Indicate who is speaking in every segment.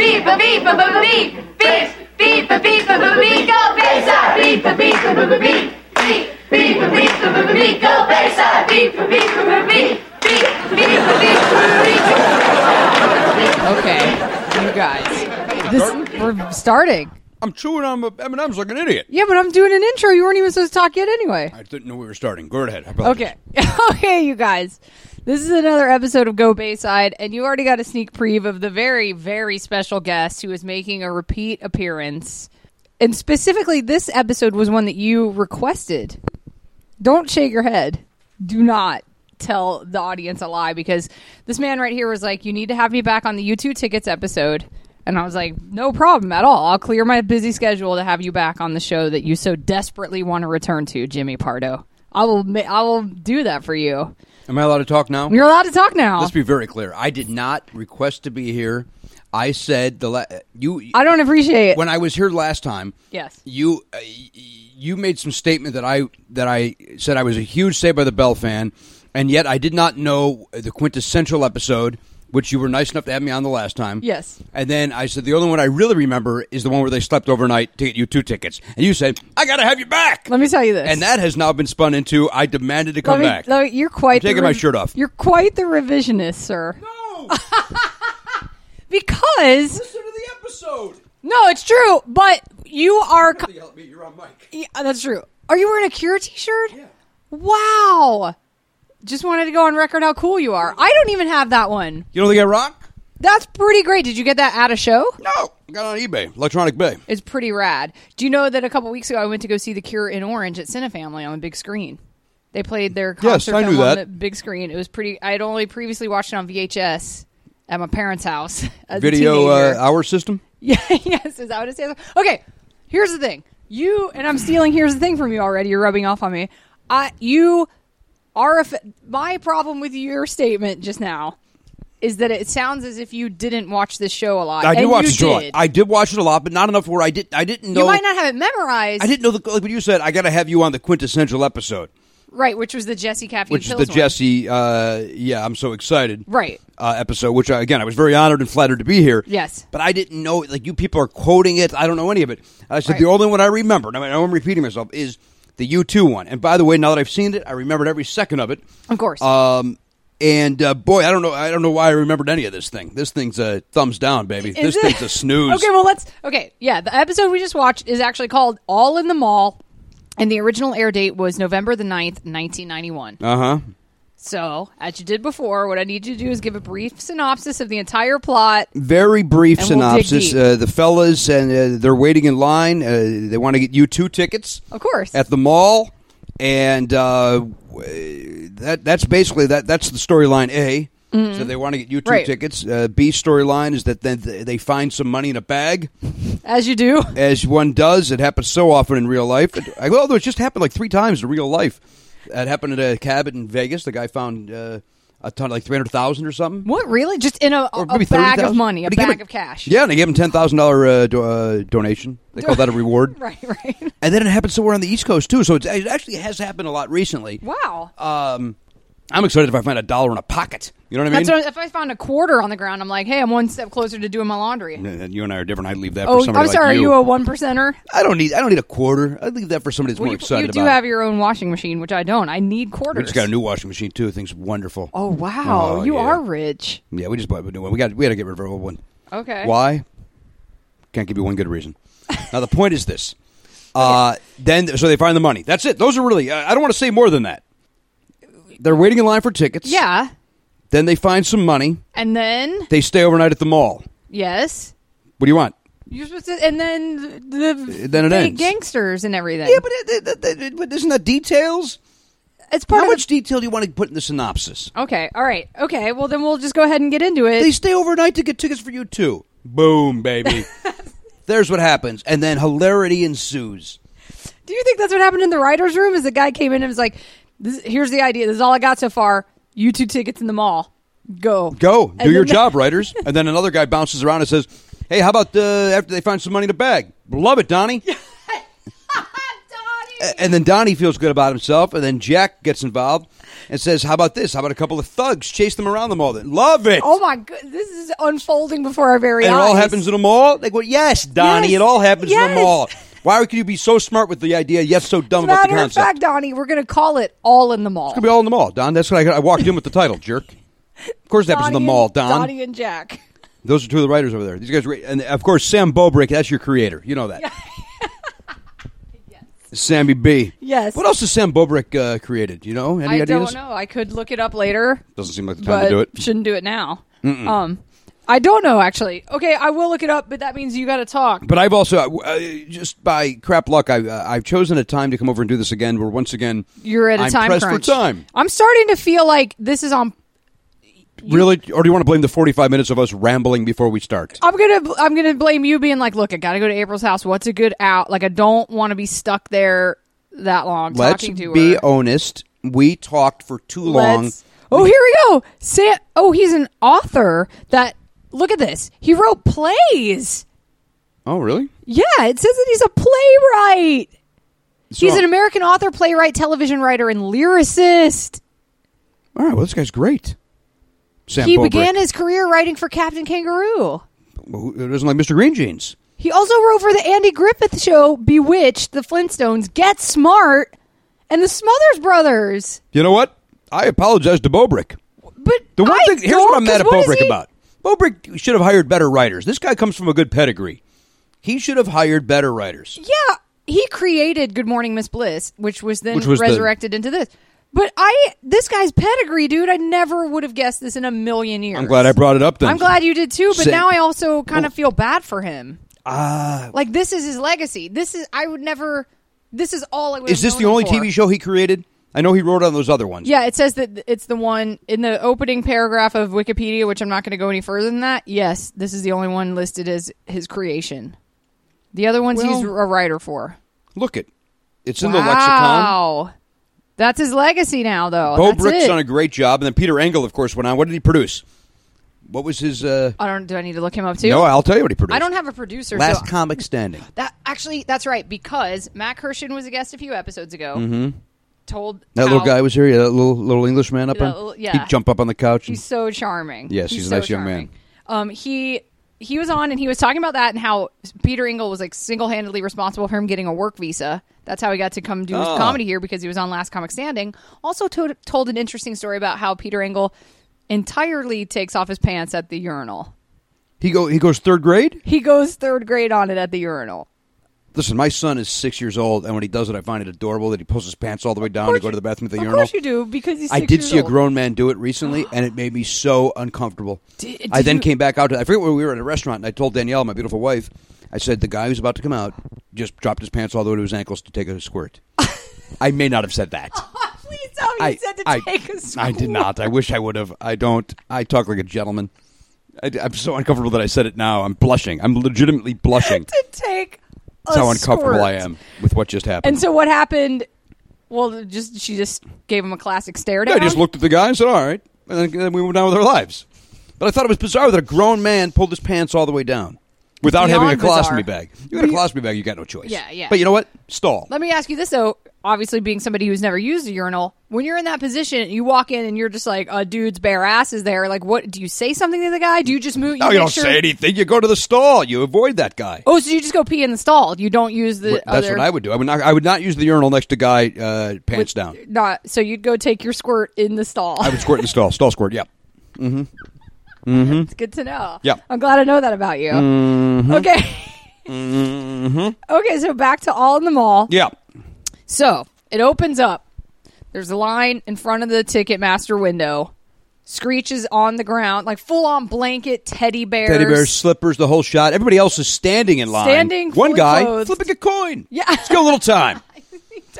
Speaker 1: beepa beepa boop beep beep beepa beepa boop beep go Ah, bayside beepa beepa boop beep beep beepa beepa boop beep go Ah, bayside beepa beepa boop beep beep beepa beepa boop beep go
Speaker 2: Okay, you guys. This, we're starting.
Speaker 3: I'm chewing on my M&M's like an idiot.
Speaker 2: Yeah, but I'm doing an intro. You weren't even supposed to talk yet anyway.
Speaker 3: I didn't know we were starting. Go right ahead. I apologize.
Speaker 2: Okay. okay, you guys. This is another episode of Go Bayside, and you already got a sneak preview of the very, very special guest who is making a repeat appearance. And specifically, this episode was one that you requested. Don't shake your head. Do not tell the audience a lie because this man right here was like, You need to have me back on the U2 Tickets episode. And I was like, No problem at all. I'll clear my busy schedule to have you back on the show that you so desperately want to return to, Jimmy Pardo. I will, ma- I will do that for you.
Speaker 3: Am I allowed to talk now?
Speaker 2: You're allowed to talk now.
Speaker 3: Let's be very clear. I did not request to be here. I said the la- you
Speaker 2: I don't appreciate it.
Speaker 3: when I was here last time.
Speaker 2: Yes.
Speaker 3: You uh, y- you made some statement that I that I said I was a huge Saved by the Bell fan, and yet I did not know the quintessential episode, which you were nice enough to have me on the last time.
Speaker 2: Yes.
Speaker 3: And then I said the only one I really remember is the one where they slept overnight to get you two tickets, and you said I got to have you back.
Speaker 2: Let me tell you this.
Speaker 3: And that has now been spun into I demanded to come
Speaker 2: Let me-
Speaker 3: back.
Speaker 2: let me- you're quite
Speaker 3: I'm taking
Speaker 2: the
Speaker 3: my shirt off.
Speaker 2: You're quite the revisionist, sir.
Speaker 3: No!
Speaker 2: Because
Speaker 3: Listen to the episode.
Speaker 2: no, it's true. But you are. co-
Speaker 3: Help me, you're on mic.
Speaker 2: Yeah, that's true. Are you wearing a Cure T-shirt?
Speaker 3: Yeah.
Speaker 2: Wow. Just wanted to go on record how cool you are. I don't even have that one.
Speaker 3: You don't think I rock?
Speaker 2: That's pretty great. Did you get that at a show?
Speaker 3: No. I got it on eBay, Electronic Bay.
Speaker 2: It's pretty rad. Do you know that a couple weeks ago I went to go see The Cure in Orange at Cinefamily on the big screen? They played their
Speaker 3: Yes,
Speaker 2: concert
Speaker 3: I
Speaker 2: film
Speaker 3: knew
Speaker 2: on
Speaker 3: that.
Speaker 2: the big screen. It was pretty. I had only previously watched it on VHS at my parents' house. As a
Speaker 3: Video uh,
Speaker 2: teenager.
Speaker 3: hour system.
Speaker 2: yeah, yes, is that what it stands for? Okay, here's the thing. You and I'm stealing. Here's the thing from you already. You're rubbing off on me. I you are a f- my problem with your statement just now is that it sounds as if you didn't watch this show a lot.
Speaker 3: I did
Speaker 2: and
Speaker 3: watch
Speaker 2: you
Speaker 3: it a lot.
Speaker 2: did.
Speaker 3: I did watch it a lot, but not enough where I did. I didn't know.
Speaker 2: you might not have it memorized.
Speaker 3: I didn't know the like when you said. I got to have you on the quintessential episode,
Speaker 2: Right, which was the Jesse Caffeine
Speaker 3: which is
Speaker 2: Pills
Speaker 3: the
Speaker 2: one.
Speaker 3: Jesse. Uh, yeah, I'm so excited.
Speaker 2: Right.
Speaker 3: Uh, episode, which I, again I was very honored and flattered to be here.
Speaker 2: Yes.
Speaker 3: but I didn't know. Like you people are quoting it. I don't know any of it. I said
Speaker 2: Right.
Speaker 3: the only one I remember. And I mean, I know I'm repeating myself. Is the U2 one? And by the way, now that I've seen it, I remembered every second of it.
Speaker 2: Of course.
Speaker 3: Um, and uh, boy, I don't know. I don't know why I remembered any of this thing. This thing's a thumbs down, baby.
Speaker 2: Is
Speaker 3: this
Speaker 2: it-
Speaker 3: thing's a snooze.
Speaker 2: Okay, well let's Okay, yeah, the episode we just watched is actually called All in the Mall and the original air date was November the 9th, 1991.
Speaker 3: Uh huh.
Speaker 2: So, as you did before, what I need you to do is give a brief synopsis of the entire plot.
Speaker 3: Very brief
Speaker 2: And we'll dig
Speaker 3: synopsis.
Speaker 2: deep.
Speaker 3: uh, the fellas and uh, they're waiting in line. Uh, they want to get U2 tickets
Speaker 2: Of course.
Speaker 3: at the mall, and uh, w- that that's basically that. That's the storyline A. So they want to get U2
Speaker 2: Mm-hmm. Right.
Speaker 3: tickets. Uh, B storyline is that then th- they find some money in a bag.
Speaker 2: as you do.
Speaker 3: as one does. It happens so often in real life. I, although it just happened like three times in real life. That happened at a cabin in Vegas. The guy found uh, a ton, like three hundred thousand or something,
Speaker 2: What really? Just in a,
Speaker 3: or
Speaker 2: a
Speaker 3: maybe
Speaker 2: bag of
Speaker 3: 30,000.
Speaker 2: money, a
Speaker 3: But he gave
Speaker 2: bag
Speaker 3: him-
Speaker 2: of cash.
Speaker 3: Yeah, and they gave him ten thousand uh, do, uh, donation. They call that a reward.
Speaker 2: Right, right.
Speaker 3: And then it happened somewhere on the East Coast too. So it's, it actually has happened a lot recently.
Speaker 2: Wow.
Speaker 3: Um, I'm excited if I find a dollar in a pocket. You know what I mean?
Speaker 2: That's what, if I found a quarter on the ground, I'm like, hey, I'm one step closer to doing my laundry.
Speaker 3: And- and you and I are different. I'd leave that
Speaker 2: oh,
Speaker 3: for
Speaker 2: I'm
Speaker 3: somebody like
Speaker 2: sorry,
Speaker 3: you.
Speaker 2: are you a one percenter?
Speaker 3: I don't need. I don't need a quarter. I'd leave that for somebody that's
Speaker 2: Well,
Speaker 3: more
Speaker 2: you,
Speaker 3: excited
Speaker 2: you do
Speaker 3: about it.
Speaker 2: have your own washing machine, which I don't. I need quarters.
Speaker 3: We just got a new washing machine too. Things wonderful.
Speaker 2: oh wow,
Speaker 3: Oh,
Speaker 2: you
Speaker 3: yeah.
Speaker 2: are rich.
Speaker 3: Yeah, we just bought a new one. We got we had to get rid of our old one.
Speaker 2: Okay.
Speaker 3: Why? Can't give you one good reason. now the point is this. Uh, then so they find the money. That's it. Those are really. I I don't want to say more than that. They're waiting in line for tickets.
Speaker 2: Yeah,
Speaker 3: Then they find some money.
Speaker 2: and then
Speaker 3: They stay overnight at the mall.
Speaker 2: yes,
Speaker 3: What do you want?
Speaker 2: you're supposed to, and then the
Speaker 3: Then it
Speaker 2: fake
Speaker 3: ends.
Speaker 2: gangsters and everything.
Speaker 3: Yeah, but it, it, it, it- but isn't that details?
Speaker 2: it's part
Speaker 3: How
Speaker 2: of
Speaker 3: much detail do you want to put in the synopsis?
Speaker 2: The, okay, all right, okay. Well, then we'll just go ahead and get into it.
Speaker 3: They stay overnight to get tickets for you too. Boom, baby. There's what happens, and then hilarity ensues.
Speaker 2: Do you think that's what happened in the writers' room? Is the guy came in and was like, this, "Here's the idea. This is all I got so far. You two tickets in the mall. Go,
Speaker 3: Go
Speaker 2: And
Speaker 3: do your
Speaker 2: then-
Speaker 3: job, writers. And then another guy bounces around and says, "Hey, how about uh, after they find some money in a bag? Love it, Donnie."
Speaker 2: Donnie!
Speaker 3: and then Donnie feels good about himself, and then Jack gets involved, and says, "How about this? How about a couple of thugs chase them around the mall?" Then love it.
Speaker 2: Oh my god, this is unfolding before our very
Speaker 3: and it
Speaker 2: eyes.
Speaker 3: all happens in a mall. Like, well, yes, Donnie,
Speaker 2: Yes.
Speaker 3: it all happens in a
Speaker 2: Yes.
Speaker 3: mall. Why could you be so smart with the idea, yet so dumb about the
Speaker 2: Matter of
Speaker 3: concept?
Speaker 2: fact, Donnie, we're going to call it all in the mall.
Speaker 3: Could be all in the mall, Don. That's what I, I walked in with the title, jerk. Of course, that happens in the
Speaker 2: Donnie
Speaker 3: mall,
Speaker 2: and-
Speaker 3: Don.
Speaker 2: Donnie and Jack.
Speaker 3: Those are two of the writers over there. These guys, were, and of course, Sam Bobrick. That's your creator. You know that. Sammy B.
Speaker 2: Yes.
Speaker 3: What else has Sam Bobrick uh, created? Do You know any
Speaker 2: I
Speaker 3: ideas?
Speaker 2: don't know. I could look it up later,
Speaker 3: Doesn't seem like the time
Speaker 2: but
Speaker 3: to do it.
Speaker 2: shouldn't do it now. Um, I don't know actually. Okay, I will look it up, but that means you got to talk.
Speaker 3: But I've also uh, uh, just by crap luck, I, uh, I've chosen a time to come over and do this again. Where once again,
Speaker 2: You're at a
Speaker 3: I'm
Speaker 2: time
Speaker 3: pressed
Speaker 2: crunch.
Speaker 3: for time.
Speaker 2: I'm starting to feel like this is on.
Speaker 3: Really, or do you want to blame the 45 minutes of us rambling before we start?
Speaker 2: I'm gonna I'm gonna blame you being like, look, I gotta go to April's house. What's a good out? Like, I don't want to be stuck there that long
Speaker 3: Let's
Speaker 2: talking to
Speaker 3: be
Speaker 2: her.
Speaker 3: honest. We talked for too long.
Speaker 2: Let's- Oh, here we go. Sam. Oh, he's an author. That look at this. He wrote plays.
Speaker 3: Oh, really?
Speaker 2: Yeah, it says that he's a playwright.
Speaker 3: So-
Speaker 2: He's an American author, playwright, television writer, and lyricist.
Speaker 3: All right. Well, this guy's great. Sam
Speaker 2: he
Speaker 3: Bobrick.
Speaker 2: began his career writing for Captain Kangaroo.
Speaker 3: Who who doesn't like Mr. Green Jeans?
Speaker 2: He also wrote for the Andy Griffith Show, Bewitched, The Flintstones, Get Smart, and The Smothers Brothers.
Speaker 3: You know what? I apologize to Bobrick.
Speaker 2: But
Speaker 3: The one
Speaker 2: I
Speaker 3: thing here's
Speaker 2: don't,
Speaker 3: what I'm mad
Speaker 2: 'cause
Speaker 3: at
Speaker 2: what is
Speaker 3: Bobrick
Speaker 2: he-
Speaker 3: about. Bobrick should have hired better writers. This guy comes from a good pedigree. He should have hired better writers.
Speaker 2: Yeah, he created Good Morning Miss Bliss, which was then
Speaker 3: Which was the-
Speaker 2: resurrected into this. But I, this guy's pedigree, dude, I never would have guessed this in a million years.
Speaker 3: I'm glad I brought it up. Then
Speaker 2: I'm glad you did too, but
Speaker 3: Say-
Speaker 2: now I also kind of feel bad for him. Ah, like this is his legacy. This is I would never. This is all I would.
Speaker 3: Is
Speaker 2: have
Speaker 3: this the
Speaker 2: known
Speaker 3: only
Speaker 2: him for.
Speaker 3: TV show he created? I know he wrote on those other ones.
Speaker 2: Yeah, it says that it's the one in the opening paragraph of Wikipedia, which I'm not going to go any further than that. Yes, this is the only one listed as his creation. The other ones he's a
Speaker 3: Well-
Speaker 2: writer for.
Speaker 3: Look it. It's in the lexicon.
Speaker 2: Wow, that's his legacy now, though.
Speaker 3: Bo
Speaker 2: Oh, That's
Speaker 3: Brick's
Speaker 2: it.
Speaker 3: done a great job, and then Peter Engel, of course, went on. What did he produce? What was his? Uh,
Speaker 2: I don't. Do I need to look him up too?
Speaker 3: no, I'll tell you what he produced.
Speaker 2: I don't have a producer.
Speaker 3: Last
Speaker 2: so
Speaker 3: Comic Standing.
Speaker 2: That actually, that's right because Matt Kirshen was a guest a few episodes ago. Told
Speaker 3: Mm-hmm. That little
Speaker 2: how-
Speaker 3: guy was here. Yeah, that little little English man up
Speaker 2: That
Speaker 3: on.
Speaker 2: little- yeah.
Speaker 3: He'd jump up on the couch. And,
Speaker 2: He's so charming.
Speaker 3: Yes, he's a nice young man.
Speaker 2: Um, he he was on and he was talking about that and how Peter Engel was like single handedly responsible for him getting a work visa. That's how he got to come do his
Speaker 3: Oh.
Speaker 2: comedy here because he was on Last Comic Standing. Also to- told an interesting story about how Peter Engel entirely takes off his pants at the urinal.
Speaker 3: he go. He goes third grade.
Speaker 2: He goes third grade on it at the urinal.
Speaker 3: Listen, my son is six years old, and when he does it, I find it adorable that he pulls his pants all the way down to go to the bathroom at the
Speaker 2: of
Speaker 3: urinal.
Speaker 2: course you do because he's.
Speaker 3: I
Speaker 2: six
Speaker 3: did
Speaker 2: years
Speaker 3: see a
Speaker 2: old.
Speaker 3: grown man do it recently, and it made me so uncomfortable.
Speaker 2: Did-
Speaker 3: I
Speaker 2: did
Speaker 3: then
Speaker 2: you-
Speaker 3: came back out. To, I forget where we were at a restaurant, and I told Danielle, my beautiful wife, I said the guy who's about to come out just dropped his pants all the way to his ankles to take a squirt. I may not have said that.
Speaker 2: Please tell me
Speaker 3: I
Speaker 2: you said to
Speaker 3: I-
Speaker 2: take a squirt.
Speaker 3: I did not. I wish I would have. I don't. I talk like a gentleman. I, am so uncomfortable that I said it now. I'm blushing. I'm legitimately blushing.
Speaker 2: to take.
Speaker 3: That's
Speaker 2: a
Speaker 3: how uncomfortable I
Speaker 2: squirt.
Speaker 3: am with what just happened.
Speaker 2: And so what happened? Well, just she just gave him a classic stare down.
Speaker 3: I just looked at the guy and said, "All right," and then- then we moved on with our lives. But I thought it was bizarre that a grown man pulled his pants all the way down without having a
Speaker 2: beyond
Speaker 3: colostomy
Speaker 2: bizarre.
Speaker 3: bag. You got a colostomy bag, you got no choice.
Speaker 2: Yeah, yeah.
Speaker 3: But you know what? Stall.
Speaker 2: Let me ask you this though. Obviously, being somebody who's never used a urinal, when you're in that position, you walk in and you're just like a dude's bare ass is there. Like, what do you say something to the guy? Do you just move?
Speaker 3: No, you
Speaker 2: make
Speaker 3: don't
Speaker 2: sure-
Speaker 3: say anything. You go to the stall. You avoid that guy.
Speaker 2: Oh, so you just go pee in the stall. You don't use the
Speaker 3: That's
Speaker 2: other.
Speaker 3: what I would do. I would not. I would not use the urinal next to guy uh, pants down.
Speaker 2: Not so you'd go take your squirt in the stall.
Speaker 3: I would squirt in the stall. Stall squirt. Yeah.
Speaker 2: It's good to know.
Speaker 3: Yeah. Mm-hmm.
Speaker 2: I'm glad I know that about you. Okay. Okay, so back to all in the mall.
Speaker 3: Yeah.
Speaker 2: So it opens up. There's a line in front of the Ticketmaster window. Screech is on the ground, like full on blanket teddy bears.
Speaker 3: Teddy bears, slippers, the whole shot. Everybody else is standing in line.
Speaker 2: Standing,
Speaker 3: One
Speaker 2: fully
Speaker 3: guy
Speaker 2: clothed.
Speaker 3: flipping a coin.
Speaker 2: Yeah.
Speaker 3: Let's get a little time.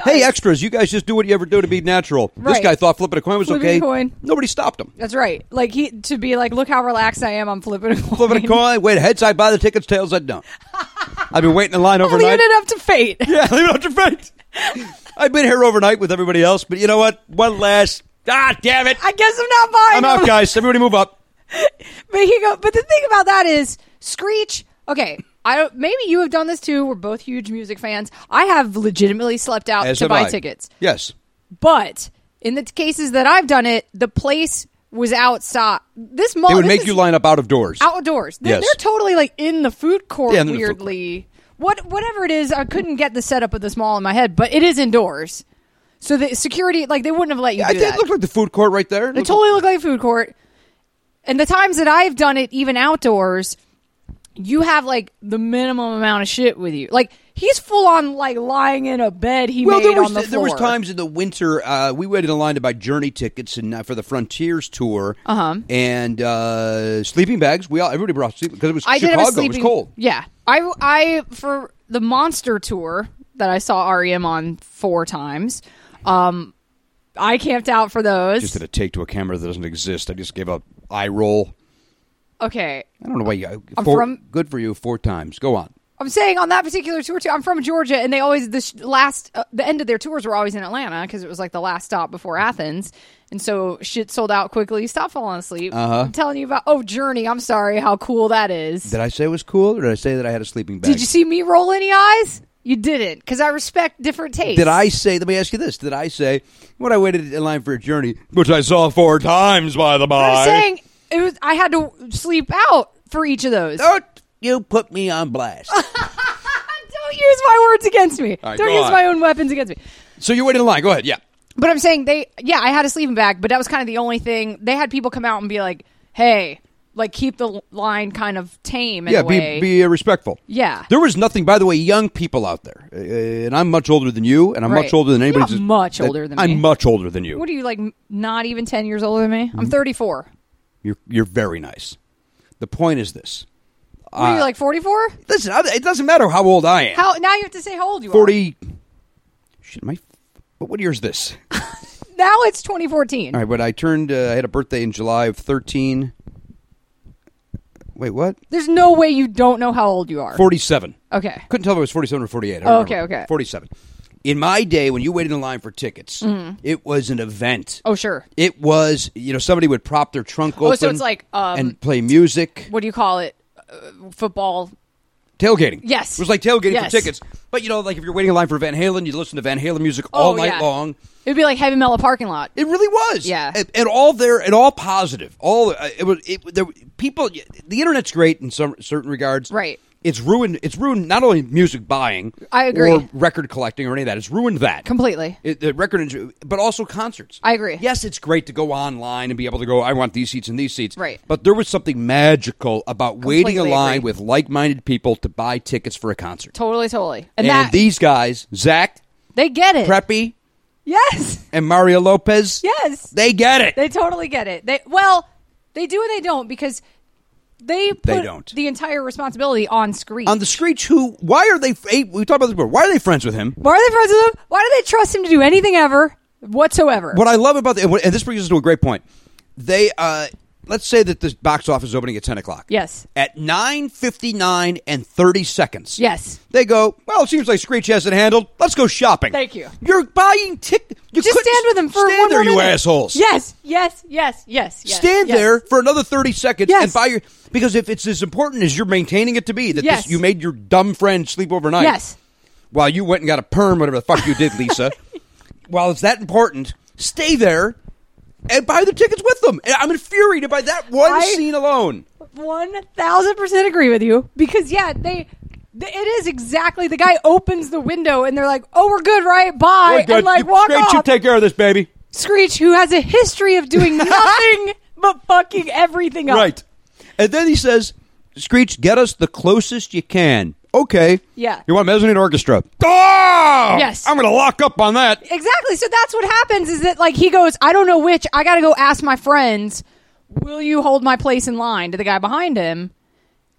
Speaker 3: Hey, extras, you guys just do what you ever do to be natural. This
Speaker 2: Right.
Speaker 3: guy thought flipping a coin was
Speaker 2: Flipping a
Speaker 3: okay.
Speaker 2: coin.
Speaker 3: Nobody stopped him.
Speaker 2: That's right. Like he to be like, look how relaxed I am. I'm flipping a coin.
Speaker 3: Flipping a coin. Wait, heads I buy the tickets, tails I don't. I've been waiting in line overnight.
Speaker 2: Leaving it up to fate.
Speaker 3: yeah, leave it up to fate. I've been here overnight with everybody else, but you know what? One last. Ah, damn it!
Speaker 2: I guess I'm not buying.
Speaker 3: I'm out,
Speaker 2: them.
Speaker 3: guys. Everybody move up.
Speaker 2: But he go. But the thing about that is Screech. Okay, I don't. Maybe you have done this too. We're both huge music fans. I have legitimately slept out
Speaker 3: As
Speaker 2: to
Speaker 3: have
Speaker 2: buy
Speaker 3: I.
Speaker 2: tickets,
Speaker 3: Yes.
Speaker 2: but In the t- cases that I've done it, the place was outside. This mall
Speaker 3: They would
Speaker 2: Oh, this
Speaker 3: make
Speaker 2: is
Speaker 3: you line up out of doors.
Speaker 2: outdoors. They're,
Speaker 3: Yes.
Speaker 2: they're totally like in the food court.
Speaker 3: Yeah, in the food court.
Speaker 2: weirdly, what whatever it is, I couldn't get the setup of this mall in my head, but it is indoors. So the security, like they wouldn't have let you.
Speaker 3: I
Speaker 2: do
Speaker 3: did
Speaker 2: that.
Speaker 3: look like the food court right there.
Speaker 2: They totally look like a food court. And the times that I've done it, even outdoors, you have like the minimum amount of shit with you. Like he's full on like lying in a bed he
Speaker 3: well,
Speaker 2: made
Speaker 3: there was
Speaker 2: on the floor.
Speaker 3: there was times in the winter uh, we waited in line to buy journey tickets and uh, for the Frontiers tour
Speaker 2: Uh-huh.
Speaker 3: and uh, sleeping bags. We all everybody brought sleeping because it was
Speaker 2: I did
Speaker 3: Chicago.
Speaker 2: have a sleeping.
Speaker 3: It was cold.
Speaker 2: Yeah, I I for the monster tour that I saw REM on four times. Um, I camped out for those.
Speaker 3: Just did a take to a camera that doesn't exist. I just gave up eye roll.
Speaker 2: okay,
Speaker 3: I don't know why you. uh,
Speaker 2: I'm
Speaker 3: four-
Speaker 2: from-
Speaker 3: good for you. Four times. Go on.
Speaker 2: I'm saying on that particular tour too. I'm from Georgia, and they always the sh- last uh, the end of their tours were always in Atlanta because it was like the last stop before Athens, and so shit sold out quickly. Stop falling asleep.
Speaker 3: Uh-huh.
Speaker 2: I'm telling you about oh Journey. I'm sorry, how cool that is.
Speaker 3: Did I say it was cool, or did I say that I had a sleeping bag?
Speaker 2: Did you see me roll any eyes? You didn't, because I respect different tastes.
Speaker 3: Did I say? Let me ask you this. Did I say when I waited in line for a journey, which I saw four times by the by?
Speaker 2: I'm saying it was. I had to sleep out for each of those.
Speaker 3: Don't you put me on blast.
Speaker 2: Don't use my words against me.
Speaker 3: right,
Speaker 2: Don't
Speaker 3: go
Speaker 2: use
Speaker 3: on.
Speaker 2: my own weapons against me.
Speaker 3: so you waited in line. Go ahead. Yeah.
Speaker 2: But I'm saying they, yeah, I had a sleeping bag, but that was kind of the only thing. They had people come out and be like, "Hey, like keep the l- line kind of tame in
Speaker 3: Yeah,
Speaker 2: a way."
Speaker 3: be, be uh, respectful.
Speaker 2: Yeah.
Speaker 3: There was nothing, by the way, young people out there. Uh, and I'm much older than you, and I'm
Speaker 2: Right.
Speaker 3: much older than
Speaker 2: You're
Speaker 3: anybody.
Speaker 2: not
Speaker 3: who's-
Speaker 2: much older than
Speaker 3: I'm
Speaker 2: me.
Speaker 3: much older than you.
Speaker 2: what are you like? m- Not even ten years older than me.
Speaker 3: Mm-hmm.
Speaker 2: I'm 34.
Speaker 3: you- are you're very nice. The point is this.
Speaker 2: What are you like 44?
Speaker 3: Listen, I, it doesn't matter how old I am.
Speaker 2: How now you have to say how old you
Speaker 3: 40. Shit, am I. But what year is this? All
Speaker 2: are. Now it's 2014.
Speaker 3: right, but I turned. Uh, I had a birthday in July of 13. Wait, what?
Speaker 2: There's no way you don't know how old you are.
Speaker 3: 47.
Speaker 2: Okay.
Speaker 3: Couldn't tell if it was 47 or 48. I don't
Speaker 2: Oh, okay,
Speaker 3: remember.
Speaker 2: okay.
Speaker 3: 47. In my day, when you waited in line for tickets,
Speaker 2: Mm-hmm.
Speaker 3: it was an event.
Speaker 2: Oh sure.
Speaker 3: It was, you know, somebody would prop their trunk
Speaker 2: Oh,
Speaker 3: open.
Speaker 2: so it's like, um,
Speaker 3: and play music,
Speaker 2: What do you call it? Uh, football.
Speaker 3: tailgating.
Speaker 2: Yes.
Speaker 3: it was like tailgating
Speaker 2: Yes.
Speaker 3: for tickets. But you know, like if you're waiting in line for Van Halen, you listen to Van Halen music all
Speaker 2: Oh,
Speaker 3: night
Speaker 2: yeah.
Speaker 3: long.
Speaker 2: It'd be like heavy metal parking lot.
Speaker 3: It really was.
Speaker 2: Yeah.
Speaker 3: and, and all there, and all positive. All uh, it was. It, there, people, the internet's great in some certain regards.
Speaker 2: Right.
Speaker 3: It's ruined. It's ruined not only music buying.
Speaker 2: I agree.
Speaker 3: Or record collecting or any of that. It's ruined that
Speaker 2: Completely.
Speaker 3: It, the record, industry- but also concerts.
Speaker 2: I agree.
Speaker 3: Yes, it's great to go online and be able to go. I want these seats and these seats.
Speaker 2: Right.
Speaker 3: But there was something magical about waiting in
Speaker 2: Completely
Speaker 3: line
Speaker 2: agree.
Speaker 3: with like-minded people to buy tickets for a concert.
Speaker 2: Totally, totally. And,
Speaker 3: and
Speaker 2: that
Speaker 3: these guys, Zach
Speaker 2: they get it.
Speaker 3: Preppy
Speaker 2: yes.
Speaker 3: and Mario Lopez.
Speaker 2: Yes.
Speaker 3: They get it.
Speaker 2: They totally get it. They well, they do and they don't because they put
Speaker 3: They don't.
Speaker 2: the entire responsibility on screen.
Speaker 3: on the Screech, who? Why are they? eh, We talked about this before. Why are they friends with him?
Speaker 2: Why are they friends with him? Why do they trust him to do anything ever whatsoever?
Speaker 3: What I love about the, and what- and this brings us to a great point. They, uh, let's say that this box office is opening at ten o'clock.
Speaker 2: Yes.
Speaker 3: At nine fifty nine and thirty seconds.
Speaker 2: Yes.
Speaker 3: They go. Well, it seems like Screech has it handled. Let's go shopping.
Speaker 2: Thank you.
Speaker 3: You're buying tickets. You
Speaker 2: Just
Speaker 3: couldn't
Speaker 2: stand with him for
Speaker 3: stand
Speaker 2: one
Speaker 3: there,
Speaker 2: more
Speaker 3: you
Speaker 2: minute.
Speaker 3: assholes.
Speaker 2: Yes, yes, yes, yes, yes.
Speaker 3: stand
Speaker 2: yes.
Speaker 3: there for another 30 seconds
Speaker 2: Yes.
Speaker 3: and buy your because if it's as important as you're maintaining it to be that
Speaker 2: Yes.
Speaker 3: this, you made your dumb friend sleep overnight
Speaker 2: Yes.
Speaker 3: while you went and got a perm whatever the fuck you did lisa while it's that important stay there and buy the tickets with them And i'm infuriated by that one
Speaker 2: I-
Speaker 3: scene alone
Speaker 2: One thousand percent agree with you because yeah, they. th- It is exactly the guy opens the window and they're like, "Oh, we're good, right? Bye," and like
Speaker 3: you,
Speaker 2: walk
Speaker 3: Screech,
Speaker 2: off.
Speaker 3: you take care of this baby
Speaker 2: Screech, who has a history of doing nothing but fucking everything up.
Speaker 3: right and then he says screech get us the closest you can okay
Speaker 2: Yeah.
Speaker 3: you want mezzanine orchestra oh
Speaker 2: Yes.
Speaker 3: i'm gonna lock up on that
Speaker 2: Exactly. So that's what happens is that like he goes, I don't know which. I got to go ask my friends. Will you hold my place in line to the guy behind him?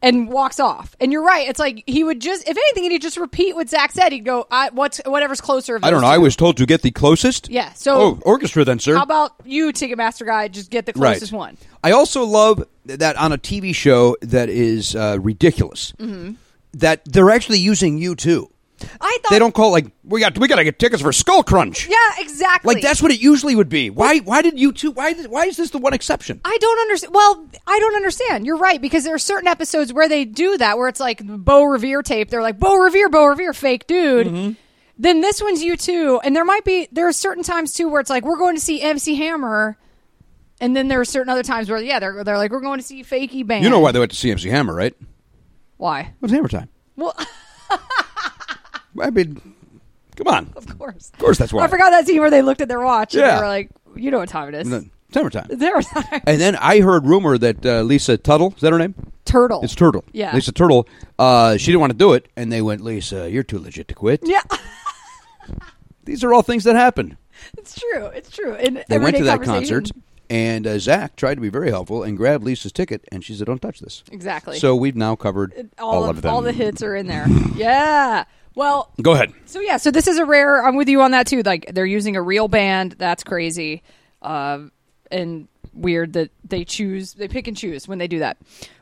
Speaker 2: And walks off. And you're right. It's like he would just, if anything, he'd just repeat what Zach said. He'd go, I, "What's whatever's closer." Of
Speaker 3: I don't
Speaker 2: those
Speaker 3: know. I
Speaker 2: two.
Speaker 3: was told to get the closest.
Speaker 2: Yeah, so-
Speaker 3: oh, orchestra then, sir.
Speaker 2: How about you, Ticketmaster guy? Just get the
Speaker 3: right.
Speaker 2: closest one.
Speaker 3: I also love th- that on a TV show that is uh, ridiculous.
Speaker 2: Mm-hmm.
Speaker 3: That they're actually using you too.
Speaker 2: I thought
Speaker 3: They don't call like we got we got to get tickets for Skull Crunch.
Speaker 2: Yeah, exactly.
Speaker 3: Like that's what it usually would be. Why why did you two? Why did- why is this the one exception?
Speaker 2: I don't understand. Well, I don't understand. You're right because there are certain
Speaker 3: Mm-hmm.
Speaker 2: episodes where they do that, where it's like Bo Revere tape. They're like Bo Revere, Bo Revere, fake dude, Then this one's you too, and there might be there are certain times too where it's like we're going to see MC Hammer, and then there are certain other times where yeah they're they're like we're going to see Fakey Band.
Speaker 3: You know why they went to CMC Hammer, right? It
Speaker 2: Why?
Speaker 3: was Hammer time.
Speaker 2: Well,
Speaker 3: I mean, come on. Of
Speaker 2: of course.
Speaker 3: course, that's why.
Speaker 2: I forgot that scene where they looked at their watch and
Speaker 3: Yeah.
Speaker 2: they were like, "You know what time it is."
Speaker 3: No, It's Hammer time.
Speaker 2: There was time.
Speaker 3: And then I heard rumor that uh, Lisa Tuttle is that her name?
Speaker 2: turtle.
Speaker 3: It's Turtle.
Speaker 2: Yeah.
Speaker 3: Lisa Turtle. Uh, she didn't want to do it, and they went, Lisa, you're too legit to quit.
Speaker 2: Yeah,
Speaker 3: These are all things that happen.
Speaker 2: it's true. It's true. And
Speaker 3: They went
Speaker 2: everyday
Speaker 3: to that
Speaker 2: conversation-
Speaker 3: concert, and uh, Zach tried to be very helpful and grabbed Lisa's ticket, and she said, "Don't touch this."
Speaker 2: Exactly.
Speaker 3: So we've now covered all, of, them.
Speaker 2: all the hits are in there. yeah. Well,
Speaker 3: Go ahead.
Speaker 2: so yeah, so this is a rare. I'm with you on that too. Like they're using a real band. That's crazy, uh, and weird that they choose, they pick and choose when they do that.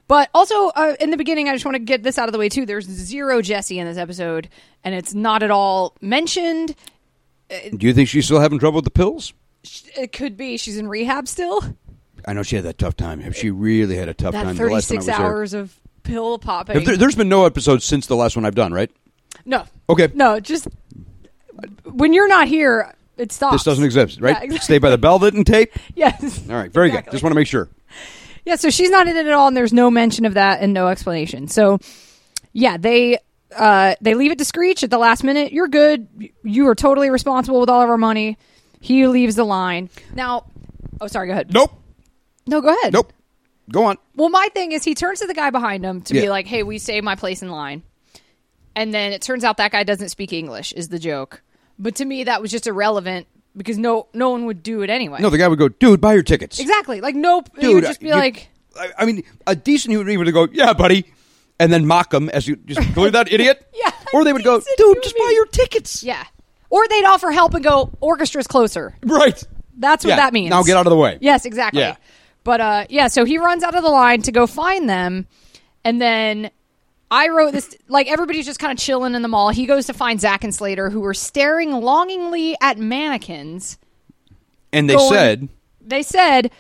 Speaker 2: But also uh, in the beginning, I just want to get this out of the way too. There's zero Jesse in this episode, and it's not at all mentioned.
Speaker 3: Do you think she's still having trouble with the pills?
Speaker 2: It could be she's in rehab still.
Speaker 3: I know she had that tough time. She really had a tough
Speaker 2: That
Speaker 3: time. The last
Speaker 2: 36
Speaker 3: time I was there.
Speaker 2: hours of pill popping.
Speaker 3: Have there- There's been no episode since the last one I've done, right?
Speaker 2: no.
Speaker 3: Okay.
Speaker 2: No, just when you're not here, it stops.
Speaker 3: This doesn't exist, right?
Speaker 2: Yeah, exactly.
Speaker 3: Stay by the velvet and tape.
Speaker 2: Yes.
Speaker 3: All right, very
Speaker 2: Exactly.
Speaker 3: good. Just want to make sure.
Speaker 2: Yeah, so she's not in it at all, and there's no mention of that and no explanation. So, yeah, they uh, they leave it to Screech at the last minute. You're good. You are totally responsible with all of our money. He leaves the line. Now, oh, sorry, go ahead.
Speaker 3: Nope,
Speaker 2: No, go ahead.
Speaker 3: nope. Go on.
Speaker 2: Well, my thing is, he turns to the guy behind him to be
Speaker 3: Yeah.
Speaker 2: like, "Hey, we saved my place in line," and then it turns out that guy doesn't speak English. Is the joke? But to me, that was just irrelevant because no, no one would do it anyway.
Speaker 3: No, the guy would go, dude, buy your tickets.
Speaker 2: exactly. Like, nope. He
Speaker 3: Dude,
Speaker 2: would just be
Speaker 3: you-
Speaker 2: like,
Speaker 3: I, I mean, a decent human being would go, yeah, buddy, and then mock him as you just believe that idiot.
Speaker 2: Yeah,
Speaker 3: Or they would go,
Speaker 2: decent
Speaker 3: dude,
Speaker 2: human
Speaker 3: just
Speaker 2: being."
Speaker 3: buy your tickets.
Speaker 2: "Yeah," or they'd offer help and go, "Orchestra's closer."
Speaker 3: Right.
Speaker 2: That's what
Speaker 3: Yeah,
Speaker 2: that means.
Speaker 3: Now get out of the way.
Speaker 2: Yes, exactly.
Speaker 3: Yeah.
Speaker 2: But uh, yeah, so he runs out of the line to go find them, and then I wrote this like everybody's just kind of chilling in the mall. He goes to find Zach and Slater, who were staring longingly at mannequins.
Speaker 3: And they
Speaker 2: going-
Speaker 3: said,
Speaker 2: they said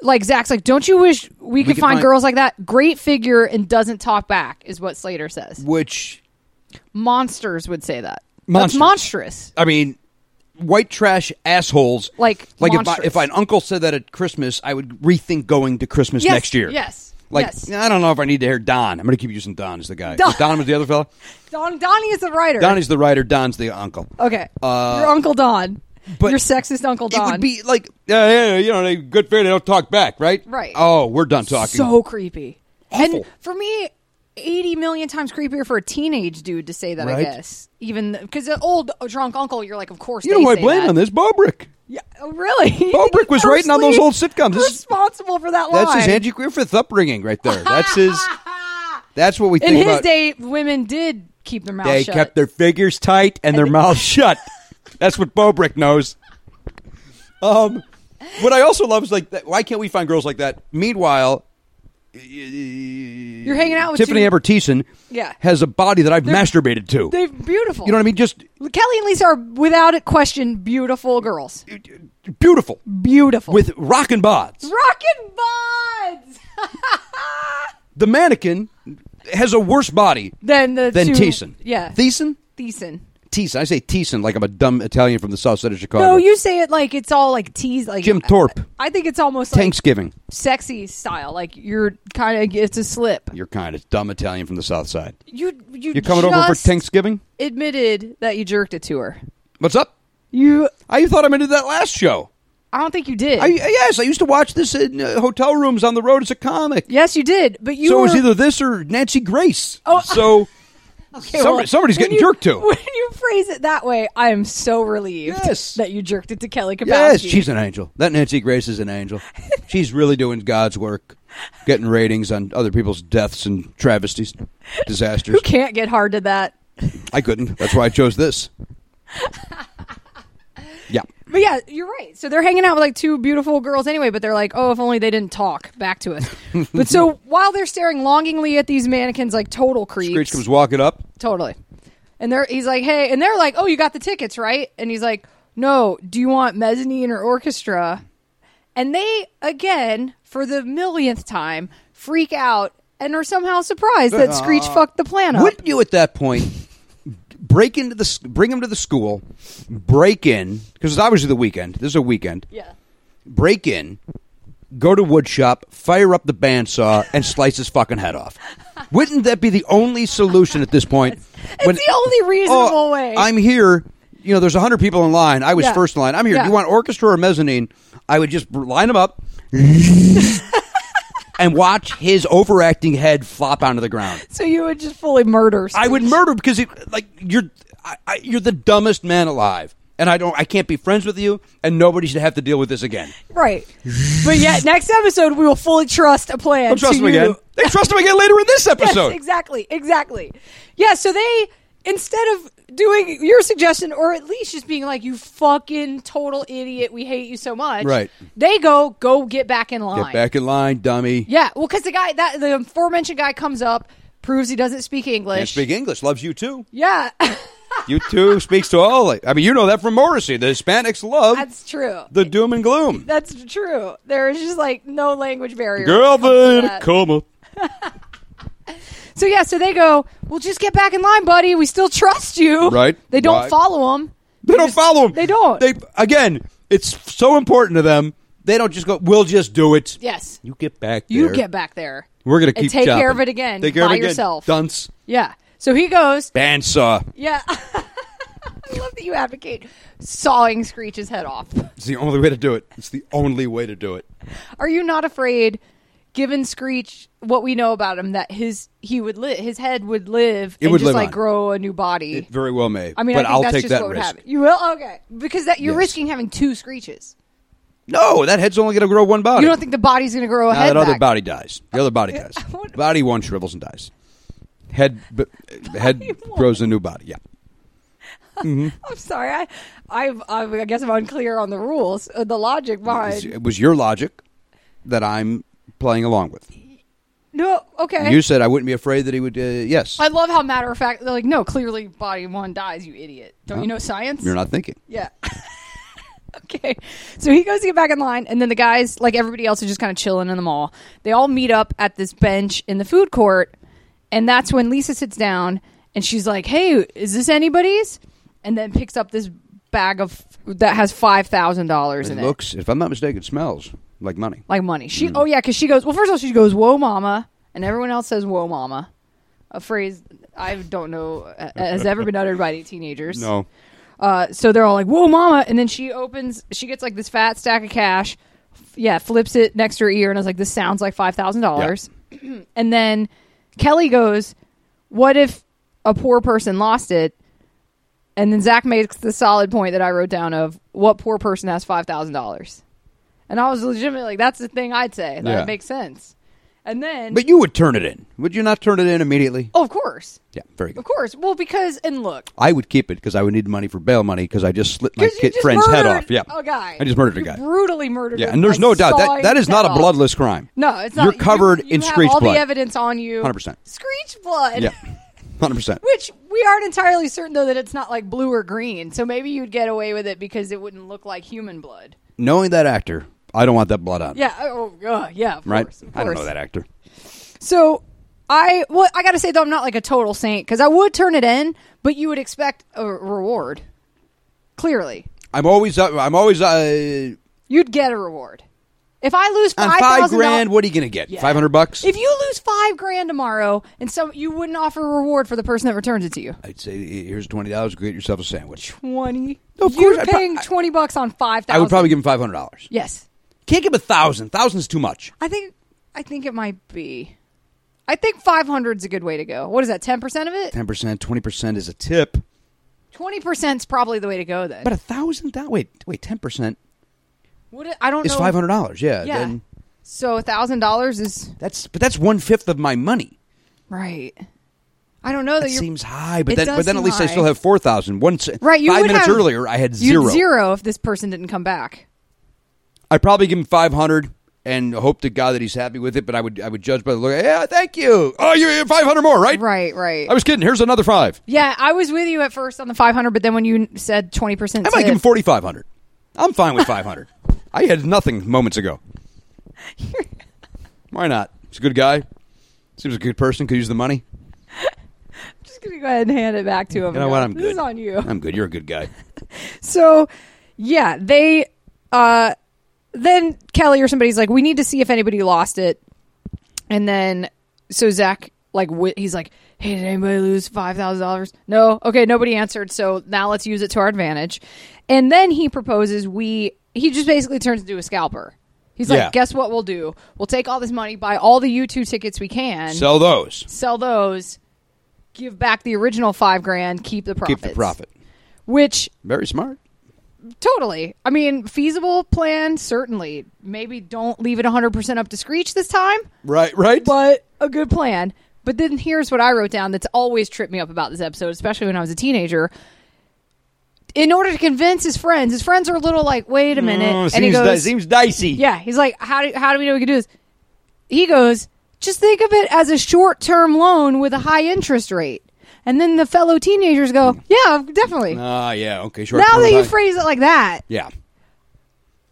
Speaker 2: like Zach's like, don't you wish we could,
Speaker 3: could
Speaker 2: find,
Speaker 3: find-
Speaker 2: girls like that? Great figure and doesn't talk back is what Slater says.
Speaker 3: which,
Speaker 2: Monsters would say that. That's
Speaker 3: Monsters.
Speaker 2: monstrous.
Speaker 3: I mean, white trash assholes.
Speaker 2: Like
Speaker 3: like if, I,
Speaker 2: monstrous.
Speaker 3: if an uncle said that at Christmas, I would rethink going to Christmas
Speaker 2: Yes,
Speaker 3: next year.
Speaker 2: yes,
Speaker 3: Like,
Speaker 2: yes.
Speaker 3: I don't know if I need to hear Don. I'm going to keep using Don as the guy.
Speaker 2: Don.
Speaker 3: Don, was the other fella.
Speaker 2: Don Donnie is the writer.
Speaker 3: Donnie's the writer. Don's the uncle.
Speaker 2: Okay.
Speaker 3: Uh,
Speaker 2: Your Uncle Don.
Speaker 3: but
Speaker 2: Your sexist Uncle Don.
Speaker 3: It would be like, yeah, yeah, you know, they good fair, they don't talk back, right?
Speaker 2: Right.
Speaker 3: Oh, we're done talking.
Speaker 2: so creepy. And
Speaker 3: Awful.
Speaker 2: for me, 80 million times creepier for a teenage dude to say that, I
Speaker 3: Right.
Speaker 2: guess. Even because an old uh, drunk uncle, you're like, of course.
Speaker 3: you know
Speaker 2: they
Speaker 3: who I
Speaker 2: say
Speaker 3: blame
Speaker 2: that.
Speaker 3: on this? Bobrick.
Speaker 2: Yeah, oh, really? You
Speaker 3: Bob
Speaker 2: think
Speaker 3: Brick was writing on those
Speaker 2: personally
Speaker 3: old sitcoms. This is-
Speaker 2: Responsible for that line.
Speaker 3: That's his Angie Griffith upbringing right there. That's his. that's what we
Speaker 2: In
Speaker 3: think
Speaker 2: his
Speaker 3: about.
Speaker 2: day, women did keep their mouths
Speaker 3: they
Speaker 2: shut.
Speaker 3: kept their figures tight and their mouths shut. That's what Bobrick knows. Um, what I also love is like, that, why can't we find girls like that? Meanwhile,
Speaker 2: You're hanging out with
Speaker 3: Tiffany
Speaker 2: two-
Speaker 3: Amber Thiessen
Speaker 2: Yeah.
Speaker 3: has a body that I've masturbated to.
Speaker 2: They're beautiful.
Speaker 3: you know what I mean? Just
Speaker 2: mean? Kelly and Lisa are, without a question, beautiful girls.
Speaker 3: beautiful
Speaker 2: Beautiful.
Speaker 3: with rockin' bods.
Speaker 2: Rockin' Bonds!
Speaker 3: The mannequin has a worse body
Speaker 2: Then the
Speaker 3: than
Speaker 2: two,
Speaker 3: Thiessen.
Speaker 2: Yeah.
Speaker 3: Thiessen?
Speaker 2: Thiessen.
Speaker 3: Thiessen. I say Thiessen like I'm a dumb Italian from Oh, the south side of Chicago.
Speaker 2: No, you say it like it's all like tease, like
Speaker 3: Jim Thorpe.
Speaker 2: I, I think it's almost like
Speaker 3: Thanksgiving.
Speaker 2: sexy style. Like you're kind of it's a slip.
Speaker 3: You're kind of dumb Italian from the south side.
Speaker 2: You you
Speaker 3: You coming over for
Speaker 2: just
Speaker 3: Thanksgiving?
Speaker 2: Admitted that you jerked it to her.
Speaker 3: What's up?
Speaker 2: You,
Speaker 3: I thought I am into that last show.
Speaker 2: I don't think you did.
Speaker 3: I, yes, I used to watch this in uh, hotel rooms on the road as a comic.
Speaker 2: yes, you did. But you
Speaker 3: so it was
Speaker 2: were-
Speaker 3: either this or Nancy Grace.
Speaker 2: Oh.
Speaker 3: so
Speaker 2: Okay,
Speaker 3: somebody-
Speaker 2: well,
Speaker 3: somebody's
Speaker 2: when
Speaker 3: getting
Speaker 2: you-
Speaker 3: jerked to.
Speaker 2: When you phrase it that way, I am so relieved
Speaker 3: Yes.
Speaker 2: that you jerked it to Kelly Kapowski.
Speaker 3: Yes, she's an angel. That Nancy Grace is an angel. she's really doing God's work, getting ratings on other people's deaths and travesties, disasters.
Speaker 2: Who can't get hard to that.
Speaker 3: I couldn't. That's why I chose this. Yeah.
Speaker 2: But yeah, you're right. So they're hanging out with like two beautiful girls anyway, but they're like, oh, if only they didn't talk back to us. but so while they're staring longingly at these mannequins, like total creeps,
Speaker 3: Screech comes walking up.
Speaker 2: totally. And they're he's like, hey, and they're like, oh, you got the tickets, right? And he's like, no, do you want mezzanine or orchestra? And they again, for the millionth time,
Speaker 3: Uh,
Speaker 2: freak out and are somehow surprised that Screech fucked the plan up.
Speaker 3: Wouldn't you at that point break into the s- bring them to the school, break in because it's obviously the weekend. This is a weekend.
Speaker 2: Yeah.
Speaker 3: Break in, go to woodshop, fire up the bandsaw, and slice his fucking head off. Wouldn't that be the only solution at this point?
Speaker 2: It's the only reasonable way.
Speaker 3: Oh, I'm here. You know, there's hundred people in line. I was
Speaker 2: Yeah.
Speaker 3: first in line. I'm here.
Speaker 2: Yeah.
Speaker 3: Do you want orchestra or mezzanine? I would just line them up. and watch his overacting head flop onto the ground.
Speaker 2: So you would just fully murder.
Speaker 3: I would murder because it, like you're I, I, you're the dumbest man alive, and I don't I can't be friends with you, and nobody should have to deal with this again.
Speaker 2: Right. But yet, next episode, we will fully trust a plan.
Speaker 3: Don't trust
Speaker 2: to
Speaker 3: him
Speaker 2: you.
Speaker 3: again. They trust him again later in this
Speaker 2: Yes,
Speaker 3: episode.
Speaker 2: exactly. Exactly. Yeah, so they, instead of doing your suggestion or at least just being like, you fucking total idiot, we hate you so much,
Speaker 3: Right.
Speaker 2: they go, go get back in line.
Speaker 3: Get back in line, dummy.
Speaker 2: Yeah, well, because the guy, that the aforementioned guy comes up, proves he doesn't speak English.
Speaker 3: Can't speak English. Loves you too.
Speaker 2: yeah,
Speaker 3: You too speaks to all. I mean, you know that from Morrissey. The Hispanics love
Speaker 2: that's true.
Speaker 3: the doom and gloom.
Speaker 2: That's true. There is just like no language barrier.
Speaker 3: Girl,
Speaker 2: when it comes to
Speaker 3: they
Speaker 2: that.
Speaker 3: come up.
Speaker 2: So yeah, so they go. Well, just get back in line, buddy. We still trust you.
Speaker 3: Right.
Speaker 2: They don't
Speaker 3: Why?
Speaker 2: follow him.
Speaker 3: They don't follow him.
Speaker 2: They don't.
Speaker 3: They again. It's so important to them. They don't just go. We'll just do it.
Speaker 2: yes.
Speaker 3: You get back.
Speaker 2: You
Speaker 3: there.
Speaker 2: get back there.
Speaker 3: We're gonna
Speaker 2: and
Speaker 3: keep
Speaker 2: take care
Speaker 3: chopping.
Speaker 2: of it again
Speaker 3: Take care
Speaker 2: by
Speaker 3: of it again.
Speaker 2: yourself.
Speaker 3: Dunce.
Speaker 2: Yeah. So he goes.
Speaker 3: Bandsaw.
Speaker 2: Yeah. I love that you advocate sawing Screech's head off.
Speaker 3: It's the only way to do it. It's the only way to do it.
Speaker 2: Are you not afraid, given Screech what we know about him, that his he would li- his head would live
Speaker 3: It
Speaker 2: and
Speaker 3: would
Speaker 2: just
Speaker 3: live
Speaker 2: like
Speaker 3: on.
Speaker 2: grow a new body?
Speaker 3: It very well may.
Speaker 2: I mean,
Speaker 3: but
Speaker 2: I think
Speaker 3: will
Speaker 2: that's
Speaker 3: take
Speaker 2: just
Speaker 3: that
Speaker 2: what would
Speaker 3: risk.
Speaker 2: happen. You will okay because that you're
Speaker 3: Yes.
Speaker 2: risking having two Screeches.
Speaker 3: No, that head's only going to grow one body.
Speaker 2: You don't think the body's going to grow a
Speaker 3: Now
Speaker 2: head
Speaker 3: that other
Speaker 2: back?
Speaker 3: body dies. The other body dies.
Speaker 2: What-
Speaker 3: body one shrivels and dies. Head b- head
Speaker 2: one.
Speaker 3: grows a new body. Yeah.
Speaker 2: I'm sorry. I, I've, I've, I guess I'm unclear on the rules, uh, the logic
Speaker 3: It's-
Speaker 2: behind.
Speaker 3: It was your logic that I'm playing along with.
Speaker 2: No, okay.
Speaker 3: You said I wouldn't be afraid that he would. Uh, yes.
Speaker 2: I love how matter of fact. They're like, no, clearly body one dies. You idiot. Don't you know science?
Speaker 3: You're not thinking.
Speaker 2: Yeah. okay. So he goes to get back in line, and then the guys, like everybody else, are just kind of chilling in the mall. They all meet up at this bench in the food court, and that's when Lisa sits down and she's like, "Hey, is this anybody's?" And then picks up this bag of that has five thousand dollars in
Speaker 3: It
Speaker 2: it.
Speaker 3: looks, if I'm not mistaken, it smells like money.
Speaker 2: like money. She oh yeah, because she goes well. First of all, she goes "Whoa, mama," and everyone else says "Whoa, mama," a phrase I don't know uh, has ever been uttered by any teenagers.
Speaker 3: No.
Speaker 2: Uh, so they're all like "Whoa, mama," and then she opens. She gets like this fat stack of cash. f- Yeah, flips it next to her ear, and I was like, "This sounds like five thousand dollars." And then Kelly goes, "What if a poor person lost it?" And then Zach makes the solid point that I wrote down of what poor person has five thousand dollars. And I was legitimately like, that's the thing I'd say. That
Speaker 3: Yeah.
Speaker 2: makes sense. And then,
Speaker 3: But you would turn it in. Would you not turn it in immediately?
Speaker 2: oh, of course,
Speaker 3: Yeah, very good.
Speaker 2: of course. Well, because and look,
Speaker 3: I would keep it because I would need money for bail money because I just slit my
Speaker 2: 'cause you
Speaker 3: kid
Speaker 2: just
Speaker 3: friend's head
Speaker 2: murdered
Speaker 3: off. Yeah,
Speaker 2: a guy.
Speaker 3: I just murdered a
Speaker 2: You
Speaker 3: guy.
Speaker 2: brutally murdered.
Speaker 3: yeah,
Speaker 2: him
Speaker 3: and there's
Speaker 2: by
Speaker 3: no doubt that
Speaker 2: sawing
Speaker 3: that is
Speaker 2: his
Speaker 3: not
Speaker 2: head
Speaker 3: a
Speaker 2: off.
Speaker 3: bloodless crime.
Speaker 2: No, it's not.
Speaker 3: You're covered
Speaker 2: you, you
Speaker 3: in
Speaker 2: have
Speaker 3: screech
Speaker 2: all
Speaker 3: blood.
Speaker 2: the evidence on you.
Speaker 3: 100%.
Speaker 2: Screech blood.
Speaker 3: Yeah, hundred percent.
Speaker 2: Which we aren't entirely certain though that it's not like blue or green. So maybe you'd get away with it because it wouldn't look like human blood.
Speaker 3: Knowing that actor, I don't want that blood on.
Speaker 2: Yeah. Oh, uh, yeah. Of
Speaker 3: right.
Speaker 2: Course, of
Speaker 3: I don't know
Speaker 2: course.
Speaker 3: that actor.
Speaker 2: So I well, I gotta say though, I'm not like a total saint because I would turn it in, but you would expect a reward. Clearly,
Speaker 3: I'm always up. I'm always uh,
Speaker 2: you'd get a reward. If I lose
Speaker 3: on
Speaker 2: five
Speaker 3: five
Speaker 2: thousand
Speaker 3: grand. What are you gonna get? Five hundred bucks.
Speaker 2: If you lose five grand tomorrow, and some you wouldn't offer a reward for the person that returns it to you.
Speaker 3: I'd say here's twenty dollars. Go get yourself a sandwich.
Speaker 2: Twenty.
Speaker 3: Of
Speaker 2: You're
Speaker 3: course, I'd pro-
Speaker 2: paying
Speaker 3: I-
Speaker 2: twenty bucks on five thousand.
Speaker 3: I would probably give him five hundred dollars.
Speaker 2: Yes,
Speaker 3: Can't give him a thousand. Thousand's too much.
Speaker 2: I think. I think it might be. I think five hundred is a good way to go. What is that? Ten percent of it?
Speaker 3: Ten percent, twenty percent is a tip.
Speaker 2: Twenty percent is probably the way to go. Then,
Speaker 3: But a thousand. That wait, wait, ten percent
Speaker 2: What I I don't
Speaker 3: is
Speaker 2: know.
Speaker 3: five hundred dollars. Yeah.
Speaker 2: Yeah.
Speaker 3: Then
Speaker 2: so a thousand dollars is
Speaker 3: that's but that's one fifth of my money.
Speaker 2: right. I don't know that
Speaker 3: That
Speaker 2: you're
Speaker 3: seems high, but
Speaker 2: It
Speaker 3: then
Speaker 2: does
Speaker 3: but then at
Speaker 2: seem
Speaker 3: least I
Speaker 2: high.
Speaker 3: still have four thousand. One se-
Speaker 2: right. You
Speaker 3: five
Speaker 2: would
Speaker 3: minutes
Speaker 2: have-
Speaker 3: earlier, I had
Speaker 2: you'd
Speaker 3: zero.
Speaker 2: Zero if this person didn't come back.
Speaker 3: I'd probably give him five hundred and hope to God that he's happy with it. But I would I would judge by the look. Yeah, thank you. Oh, you five hundred more, right?
Speaker 2: Right, right.
Speaker 3: I was kidding. Here's another five.
Speaker 2: yeah, I was with you at first on the five hundred, but then when you said twenty percent,
Speaker 3: I might give him forty five hundred. I'm fine with five hundred. I had nothing moments ago. Why not? He's a good guy. Seems a good person. Could use the money.
Speaker 2: go ahead and hand it back to him.
Speaker 3: You know what? I'm
Speaker 2: this
Speaker 3: good.
Speaker 2: is on you.
Speaker 3: I'm good. You're a good guy.
Speaker 2: So, yeah, they uh then Kelly or somebody's like, "We need to see if anybody lost it." And then so Zach like wh- he's like, "Hey, did anybody lose five thousand dollars?" No. Okay, nobody answered. So now let's use it to our advantage. And then he proposes we. He just basically turns into a scalper. He's
Speaker 3: Yeah.
Speaker 2: like, "Guess what we'll do? We'll take all this money, buy all the U two tickets we can,
Speaker 3: Sell those.
Speaker 2: sell those, give back the original five grand, keep the profits,
Speaker 3: Keep the profit.
Speaker 2: which
Speaker 3: Very smart.
Speaker 2: Totally. I mean, feasible plan, certainly. Maybe don't leave it 100% up to Screech this time,
Speaker 3: Right, right.
Speaker 2: but a good plan. But then here's what I wrote down that's always tripped me up about this episode, especially when I was a teenager. In order to convince his friends, his friends are a little like, wait a minute.
Speaker 3: Mm,
Speaker 2: and he
Speaker 3: seems, di-
Speaker 2: goes,
Speaker 3: seems dicey.
Speaker 2: yeah, he's like, how do, how do we know we can do this? He goes, just think of it as a short term loan with a high interest rate. And then the fellow teenagers go, yeah, definitely.
Speaker 3: Ah, yeah. Okay, sure.
Speaker 2: now that you phrase it like that,
Speaker 3: yeah.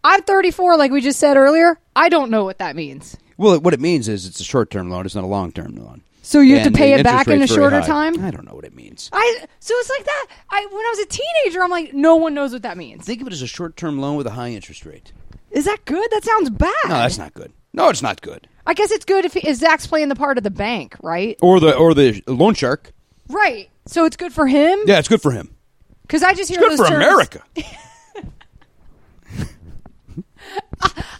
Speaker 2: I'm 34, like we just said earlier. I don't know what that means.
Speaker 3: Well, what it means is it's a short-term loan. It's not a long-term loan.
Speaker 2: So you have to
Speaker 3: And
Speaker 2: pay
Speaker 3: the
Speaker 2: it back
Speaker 3: interest
Speaker 2: in a
Speaker 3: rate's very
Speaker 2: shorter
Speaker 3: high.
Speaker 2: time.
Speaker 3: I don't know what it means.
Speaker 2: I so it's like that. I when I was a teenager, I'm like, no one knows what that means.
Speaker 3: Think of it as a short-term loan with a high interest rate.
Speaker 2: Is that good? That sounds bad.
Speaker 3: No, that's not good. No, it's not good.
Speaker 2: I guess it's good if, if Zach's playing the part of the bank, right?
Speaker 3: Or the or the loan shark.
Speaker 2: Right. So it's good for him.
Speaker 3: Yeah, it's good for him.
Speaker 2: Because I just hear
Speaker 3: It's good
Speaker 2: those
Speaker 3: for
Speaker 2: terms-
Speaker 3: America.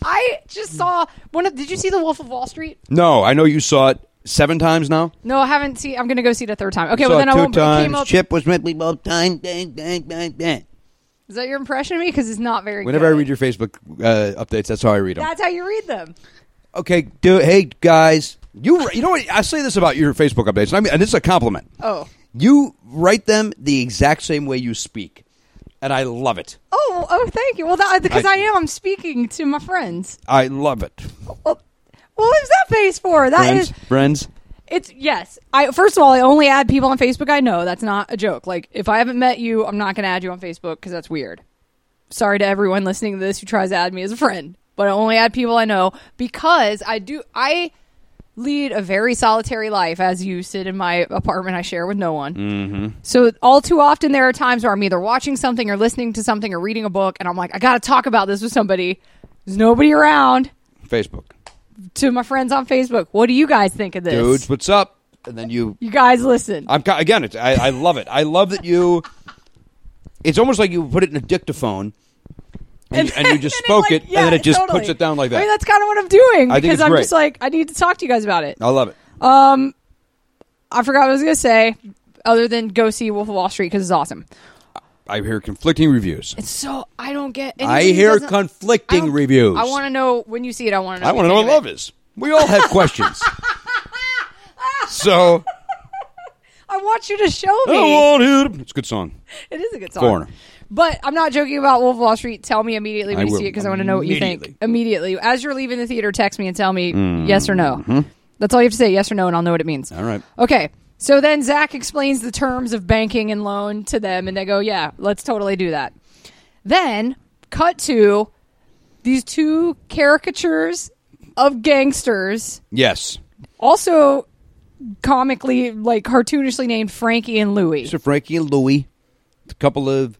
Speaker 2: I just saw one of. Did you see The Wolf of Wall Street?
Speaker 3: No, I know you saw it seven times now.
Speaker 2: No, I haven't seen. I'm gonna go see it a third time. Okay,
Speaker 3: saw
Speaker 2: well
Speaker 3: it
Speaker 2: then I
Speaker 3: two
Speaker 2: won't. It came
Speaker 3: times.
Speaker 2: up,
Speaker 3: Chip was with me both times. Dang, dang, dang, dang.
Speaker 2: is that your impression of me? Because it's not very.
Speaker 3: Whenever I
Speaker 2: good.
Speaker 3: read your Facebook uh, updates, that's how I read them.
Speaker 2: that's how you read them.
Speaker 3: okay, do hey guys, you you know what I say this about your Facebook updates, and I mean, and this is a compliment.
Speaker 2: Oh.
Speaker 3: you write them the exact same way you speak, and I love it.
Speaker 2: Oh, well, oh, thank you. Well, that, because I,
Speaker 3: I-
Speaker 2: am. I'm speaking to my friends.
Speaker 3: I love it,
Speaker 2: Well, what is that face for? That is,
Speaker 3: friends. Friends,
Speaker 2: it's yes. I first of all, I only add people on Facebook I know. That's not a joke. Like if I haven't met you, I'm not going to add you on Facebook because that's weird. Sorry to everyone listening to this who tries to add me as a friend, but I only add people I know because I do. I lead a very solitary life, as you sit in my apartment I share with no one. So all too often there are times where I'm either watching something or listening to something or reading a book, and I'm like, I gotta talk about this with somebody. There's nobody around.
Speaker 3: Facebook,
Speaker 2: To my friends on Facebook, what do you guys think of this?
Speaker 3: dudes, what's up? And then you,
Speaker 2: You guys listen.
Speaker 3: I'm ca- again. It's, I, I love it. I love that you. It's almost like you put it in a dictaphone, and, you- and you just spoke it,
Speaker 2: yeah,
Speaker 3: and then it just
Speaker 2: totally.
Speaker 3: puts it down like that.
Speaker 2: I mean, that's kind of what I'm doing
Speaker 3: I think
Speaker 2: because
Speaker 3: it's
Speaker 2: I'm
Speaker 3: great.
Speaker 2: just like, I need to talk to you guys about it.
Speaker 3: I love it.
Speaker 2: I forgot what I was gonna say, other than go see Wolf of Wall Street because it's awesome.
Speaker 3: I hear conflicting reviews.
Speaker 2: It's so I don't get.
Speaker 3: I
Speaker 2: anybody who
Speaker 3: hear
Speaker 2: doesn't- I
Speaker 3: conflicting
Speaker 2: don't-
Speaker 3: reviews.
Speaker 2: I want to know when you see it. I want to know.
Speaker 3: I want to know what love
Speaker 2: is.
Speaker 3: is. We all have questions. so
Speaker 2: I want you to show
Speaker 3: I
Speaker 2: me.
Speaker 3: want you. to- It's a good song.
Speaker 2: It is a good song.
Speaker 3: Foreigner.
Speaker 2: But I'm not joking about Wolf of Wall Street. Tell me immediately when
Speaker 3: I
Speaker 2: you
Speaker 3: will.
Speaker 2: see it because I want to know what you think.
Speaker 3: Immediately. Mm-hmm.
Speaker 2: Immediately. As you're leaving the theater, text me and tell me yes or no. That's all you have to say, yes or no, and I'll know what it means.
Speaker 3: All right.
Speaker 2: Okay. So then Zach explains the terms of banking and loan to them, and they go, yeah, let's totally do that. Then, cut to these two caricatures of gangsters
Speaker 3: Yes.
Speaker 2: also comically like cartoonishly named Frankie and Louie
Speaker 3: So Frankie and Louie, a couple of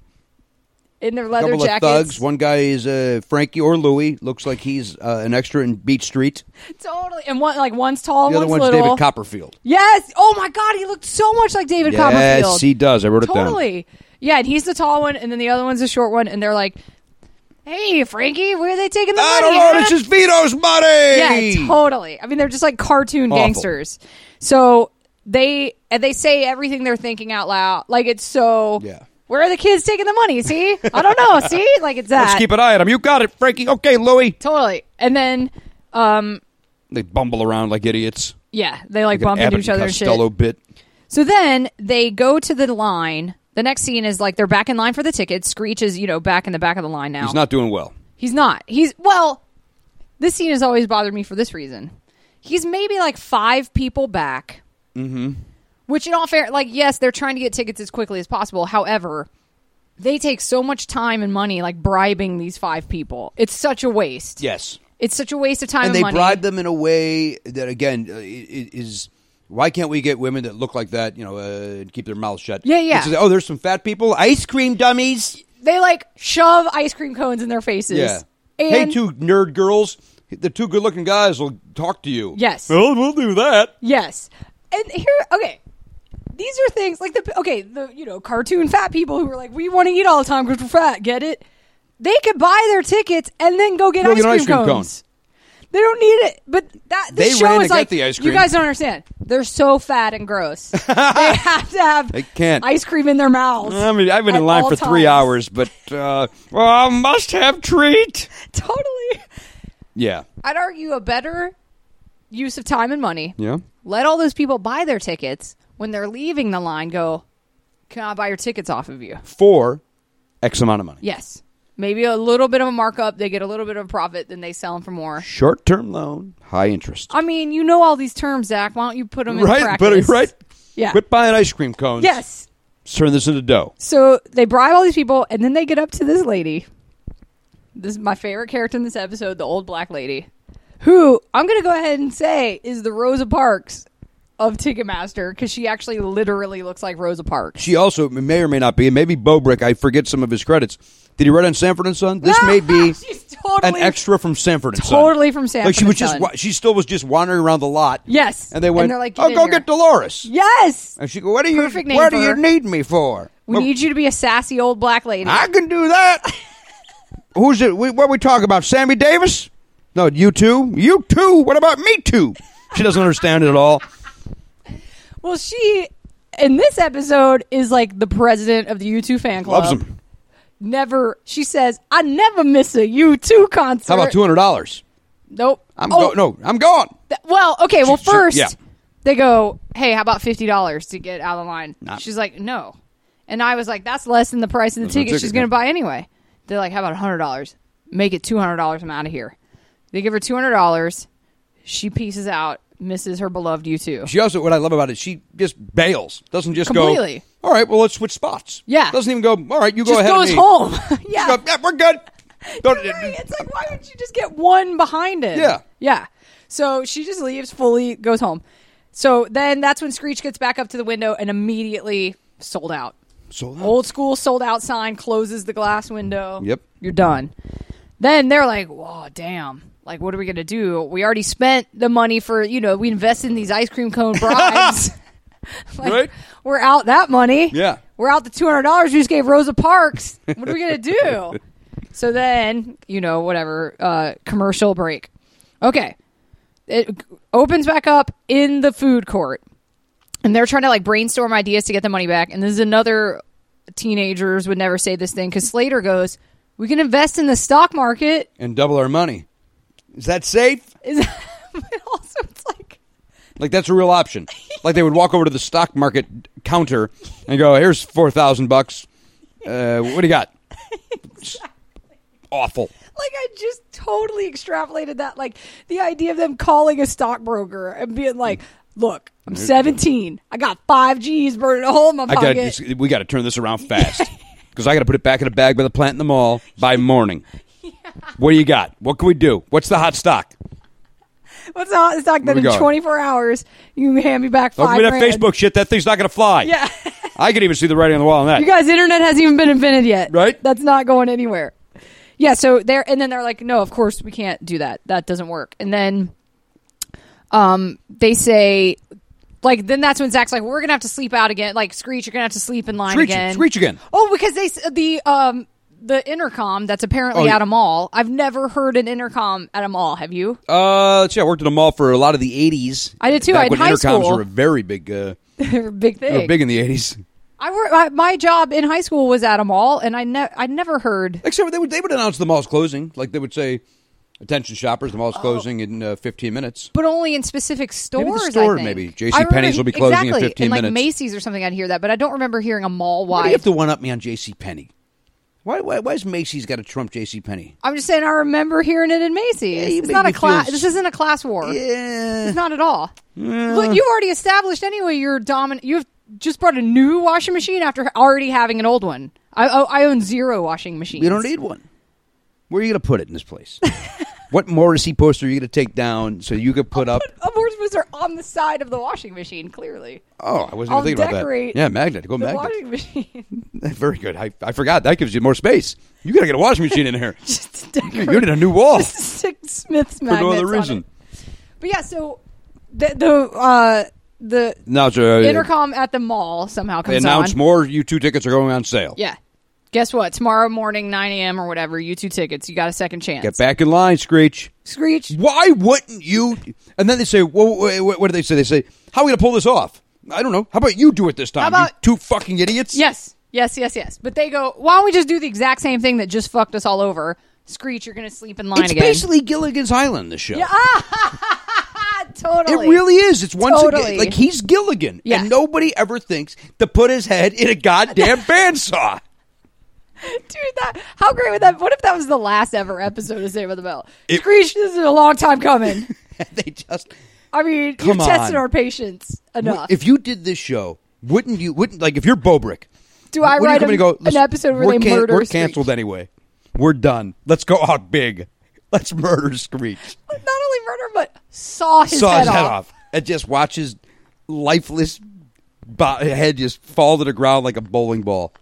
Speaker 2: in their leather
Speaker 3: couple
Speaker 2: jackets.
Speaker 3: of thugs. One guy is uh, Frankie or Louie. Looks like he's uh, an extra in Beach Street.
Speaker 2: Totally. And one like one's tall,
Speaker 3: The other
Speaker 2: one's,
Speaker 3: one's
Speaker 2: little.
Speaker 3: David Copperfield.
Speaker 2: Yes. Oh my god, he looked so much like David Copperfield.
Speaker 3: Yes, he does. I wrote it down.
Speaker 2: totally. Yeah, and he's the tall one, and then the other one's the short one, and they're like, "Hey, Frankie, where are they taking the money?"
Speaker 3: I don't know.
Speaker 2: huh?"
Speaker 3: This is Vito's money.
Speaker 2: Yeah, totally. I mean, they're just like cartoon
Speaker 3: Awful.
Speaker 2: gangsters. So they and they say everything they're thinking out loud. Like it's so.
Speaker 3: Yeah.
Speaker 2: Where are the kids taking the money? See, I don't know. See, like it's that.
Speaker 3: Let's keep an eye on him. You got it, Frankie. Okay, Louie.
Speaker 2: Totally. And then, um,
Speaker 3: They bumble around like idiots.
Speaker 2: yeah, they like,
Speaker 3: Like
Speaker 2: bump
Speaker 3: an
Speaker 2: into
Speaker 3: Abbott
Speaker 2: each
Speaker 3: and
Speaker 2: other and shit.
Speaker 3: Costello bit.
Speaker 2: So then they go to the line. The next scene is like they're back in line for the tickets. Screech is, you know, back in the back of the line now.
Speaker 3: He's not doing well.
Speaker 2: He's not. He's well. This scene has always bothered me for this reason. He's maybe like five people back. Mm-hmm. Which, in all fair, like yes, they're trying to get tickets as quickly as possible. However, they take so much time and money, like bribing these five people. It's such a waste.
Speaker 3: Yes.
Speaker 2: It's such a waste of time and,
Speaker 3: and they
Speaker 2: money.
Speaker 3: bribe them in a way that again uh, i- i- is Why can't we get women that look like that, you know, uh, and keep their mouths shut?
Speaker 2: Yeah, yeah.
Speaker 3: It's just, oh, there's some fat people, ice cream dummies.
Speaker 2: They like shove ice cream cones in their faces.
Speaker 3: Yeah. hey,
Speaker 2: And
Speaker 3: two nerd girls, the two good-looking guys will talk to you.
Speaker 2: Yes.
Speaker 3: Well, we'll do that.
Speaker 2: Yes. And here, okay. These are things like the, okay, the, you know, cartoon fat people who are like, we want to eat all the time because we're fat, get it? They could buy their tickets and then go get,
Speaker 3: Go
Speaker 2: ice,
Speaker 3: get an
Speaker 2: cream
Speaker 3: ice cream cone.
Speaker 2: cones. They don't need it. But that, this
Speaker 3: They
Speaker 2: show
Speaker 3: ran to
Speaker 2: is
Speaker 3: get
Speaker 2: like,
Speaker 3: the ice
Speaker 2: you
Speaker 3: cream.
Speaker 2: guys don't understand. They're so fat and gross. they have to have
Speaker 3: They can't.
Speaker 2: ice cream in their mouths.
Speaker 3: I mean, I've been
Speaker 2: at
Speaker 3: in line
Speaker 2: all
Speaker 3: for three
Speaker 2: times.
Speaker 3: hours, but uh, well, I must have treat.
Speaker 2: Totally.
Speaker 3: Yeah.
Speaker 2: I'd argue a better use of time and money.
Speaker 3: Yeah.
Speaker 2: Let all those people buy their tickets when they're leaving the line. Go, can I buy your tickets off of you?
Speaker 3: For X amount of money.
Speaker 2: Yes, maybe a little bit of a markup. They get a little bit of a profit, then they sell them for more.
Speaker 3: Short-term loan, high interest.
Speaker 2: I mean, you know all these terms, Zach. Why don't you put them in
Speaker 3: right,
Speaker 2: practice?
Speaker 3: but right.
Speaker 2: Yeah.
Speaker 3: Quit buying ice cream cones.
Speaker 2: Yes.
Speaker 3: Turn this into dough.
Speaker 2: So they bribe all these people, and then they get up to this lady. This is my favorite character in this episode, the old black lady, who I'm going to go ahead and say is the Rosa Parks of Ticketmaster because she actually literally looks like Rosa Parks.
Speaker 3: She also may or may not be, and maybe Bobrick, I forget some of his credits. Did he write on Sanford and Son? This may be
Speaker 2: She's totally-
Speaker 3: an extra from Sanford and Son.
Speaker 2: Totally from Sanford
Speaker 3: Like she was
Speaker 2: and
Speaker 3: just,
Speaker 2: Son.
Speaker 3: wa- she still was just wandering around the lot.
Speaker 2: Yes.
Speaker 3: and they went.
Speaker 2: they're like,
Speaker 3: "Oh,
Speaker 2: in
Speaker 3: go
Speaker 2: here."
Speaker 3: get Dolores."
Speaker 2: Yes.
Speaker 3: And she go, "What do you?
Speaker 2: Perfect name
Speaker 3: What
Speaker 2: for
Speaker 3: do you
Speaker 2: her.
Speaker 3: need me for?"
Speaker 2: We need you to be a sassy old black lady.
Speaker 3: I can do that. Who's it? We, what we talking about? Sammy Davis? No, you too. You too. What about me too? She doesn't understand it at all.
Speaker 2: well, she in this episode is like the president of the U2 fan club.
Speaker 3: Loves him.
Speaker 2: Never, she says, I never miss a U2 concert.
Speaker 3: How about two hundred dollars?
Speaker 2: Nope.
Speaker 3: I'm
Speaker 2: oh,
Speaker 3: go- no. I'm gone.
Speaker 2: th- well, okay. Well,
Speaker 3: She- she-
Speaker 2: first
Speaker 3: yeah.
Speaker 2: they go, "Hey, how about fifty dollars to get out of the line?" She's like, "No," and I was like, "That's less than the price of the
Speaker 3: That's my
Speaker 2: ticket she's
Speaker 3: ticket,
Speaker 2: going
Speaker 3: yeah.
Speaker 2: to buy anyway." They're like, "How about hundred dollars? Make it two hundred dollars. I'm out of here." They give her two hundred dollars. She pieces out, misses her beloved U two.
Speaker 3: She also what I love about it, she just bails. Doesn't just
Speaker 2: Completely.
Speaker 3: go. All right, well let's switch spots.
Speaker 2: Yeah.
Speaker 3: Doesn't even go. All right, you go
Speaker 2: Just
Speaker 3: ahead. of
Speaker 2: goes
Speaker 3: me."
Speaker 2: home.
Speaker 3: She
Speaker 2: yeah,
Speaker 3: go, yeah, we're good. Don't,
Speaker 2: You're right. It's like, why would you just get one behind it?
Speaker 3: Yeah.
Speaker 2: Yeah. So she just leaves fully, goes home. So then that's when Screech gets back up to the window and immediately sold out.
Speaker 3: Sold out.
Speaker 2: Old school sold out sign closes the glass window.
Speaker 3: Yep.
Speaker 2: You're done. Then they're like, whoa, damn. Like, what are we going to do? We already spent the money for, you know, we invested in these ice cream cone bribes. Like,
Speaker 3: Right.
Speaker 2: We're out that money.
Speaker 3: Yeah.
Speaker 2: We're out the two hundred dollars we just gave Rosa Parks. What are we gonna do? so then, you know, whatever. Uh, commercial break. Okay. It g- opens back up in the food court, and they're trying to like brainstorm ideas to get the money back. And this is another teenagers would never say this thing because Slater goes, "We can invest in the stock market."
Speaker 3: and double our money. Is that safe?
Speaker 2: Is but also it's like
Speaker 3: Like that's a real option. Like they would walk over to the stock market counter and go, "Here's four thousand bucks. Uh, what do you got?" Awful.
Speaker 2: Like I just totally extrapolated that. Like the idea of them calling a stockbroker and being like, "Look, I'm 17. I got five G's burning a hole in my
Speaker 3: I got.
Speaker 2: pocket."
Speaker 3: to We got to turn this around fast because I got to put it back in a bag by the plant in the mall by morning. What do you got? What can we do? What's the hot stock?
Speaker 2: What's the hottest stock that
Speaker 3: we
Speaker 2: in
Speaker 3: going?
Speaker 2: 24 hours you can hand me back
Speaker 3: Don't
Speaker 2: five
Speaker 3: give me that
Speaker 2: grand?
Speaker 3: Facebook shit. That thing's not going to fly.
Speaker 2: Yeah,
Speaker 3: I can even see the writing on the wall on that.
Speaker 2: you guys, internet hasn't even been invented yet.
Speaker 3: Right?
Speaker 2: That's not going anywhere. Yeah. So they're and then they're like, "No, of course we can't do that. That doesn't work." And then, um, they say. Like then, that's when Zach's like, "We're gonna have to sleep out again." Like Screech, you're gonna have to sleep in line
Speaker 3: Screech,
Speaker 2: again.
Speaker 3: Screech again.
Speaker 2: Oh, because they s- the um the intercom that's apparently
Speaker 3: Oh, yeah.
Speaker 2: at a mall. I've never heard an intercom at a mall. Have you?
Speaker 3: Uh, see, I worked in a mall for a lot of the '80s.
Speaker 2: I did too.
Speaker 3: Back
Speaker 2: I had
Speaker 3: when
Speaker 2: high
Speaker 3: intercoms
Speaker 2: school.
Speaker 3: were a very big, uh,
Speaker 2: They're a big
Speaker 3: they
Speaker 2: thing.
Speaker 3: were big in the '80s.
Speaker 2: I wor- I, my job in high school was at a mall, and I ne- I never heard.
Speaker 3: Except they would they would announce the mall's closing. Like they would say, "Attention shoppers, the mall's
Speaker 2: Oh.
Speaker 3: closing in uh, 15 minutes."
Speaker 2: But only in specific stores.
Speaker 3: the
Speaker 2: I
Speaker 3: store,
Speaker 2: think.
Speaker 3: maybe.
Speaker 2: I remember-
Speaker 3: JCPenney's will be closing in
Speaker 2: exactly.
Speaker 3: 15
Speaker 2: and, like
Speaker 3: minutes.
Speaker 2: Macy's or something. I'd hear that, but I don't remember hearing a mall
Speaker 3: Why do you
Speaker 2: wide.
Speaker 3: have to one up me on J.C. Penney? Why, why why's Macy's got to trump J.C. Penney?
Speaker 2: I'm just saying I remember hearing it in Macy's.
Speaker 3: you
Speaker 2: it's
Speaker 3: make
Speaker 2: not
Speaker 3: me
Speaker 2: a class.
Speaker 3: feel s-
Speaker 2: This isn't a class war.
Speaker 3: Yeah,
Speaker 2: It's not at all. Look, you've already established anyway. You're dominant. You've just brought a new washing machine after already having an old one. I I, I own zero washing machines.
Speaker 3: you don't need one. Where are you going to put it in this place? what Morrissey poster are you going to take down so you could put up?
Speaker 2: A more those are on the side of the washing machine, clearly.
Speaker 3: Oh, I wasn't
Speaker 2: I'll
Speaker 3: even thinking about that.
Speaker 2: decorate
Speaker 3: Yeah, magnet. Go
Speaker 2: The
Speaker 3: magnet.
Speaker 2: washing machine.
Speaker 3: Very good. I, I forgot. That gives you more space. You got to get a washing machine in here.
Speaker 2: Just
Speaker 3: you
Speaker 2: decorate.
Speaker 3: need a new wall for
Speaker 2: Stick Smith's magnets.
Speaker 3: no other
Speaker 2: on it.
Speaker 3: reason.
Speaker 2: But yeah, so the the uh, the
Speaker 3: Now it's a,
Speaker 2: intercom at the mall somehow
Speaker 3: They
Speaker 2: comes
Speaker 3: announced
Speaker 2: on.
Speaker 3: uh, more U2 tickets are going on sale.
Speaker 2: Yeah. Guess what? Tomorrow morning, 9 a.m. or whatever, you two tickets. You got a second chance.
Speaker 3: Get back in line, Screech.
Speaker 2: Screech.
Speaker 3: Why wouldn't you? And then they say, well, wha- wha- what do they say? They say, how are we going to pull this off? I don't know. How about you do it this time?
Speaker 2: How
Speaker 3: you
Speaker 2: about-
Speaker 3: two fucking idiots?
Speaker 2: Yes. Yes, yes, yes. But they go, why don't we just do the exact same thing that just fucked us all over? Screech, you're going to sleep in line
Speaker 3: It's
Speaker 2: again.
Speaker 3: basically Gilligan's Island, the show.
Speaker 2: Ah, totally.
Speaker 3: It really is. It's once
Speaker 2: Totally.
Speaker 3: again like he's Gilligan,
Speaker 2: Yeah.
Speaker 3: and nobody ever thinks to put his head in a goddamn bandsaw.
Speaker 2: Dude, that, how great would that What if that was the last ever episode of Save by the Bell?
Speaker 3: It-
Speaker 2: Screech, this is a long time coming.
Speaker 3: they just
Speaker 2: I mean,
Speaker 3: Come
Speaker 2: you've tested
Speaker 3: on.
Speaker 2: our patience enough.
Speaker 3: if you did this show, wouldn't you? Wouldn't like if you're Bobrick?
Speaker 2: Do I
Speaker 3: wouldn't you
Speaker 2: write
Speaker 3: come
Speaker 2: a-
Speaker 3: in and go,
Speaker 2: an
Speaker 3: "Listen,
Speaker 2: episode where
Speaker 3: we're
Speaker 2: they murder
Speaker 3: We're
Speaker 2: Screech"?
Speaker 3: canceled anyway. We're done. Let's go out big. Let's murder Screech.
Speaker 2: Not only murder, but saw his,
Speaker 3: Saw
Speaker 2: head,
Speaker 3: his head
Speaker 2: off.
Speaker 3: off. and just watch his lifeless bo- head just fall to the ground like a bowling ball.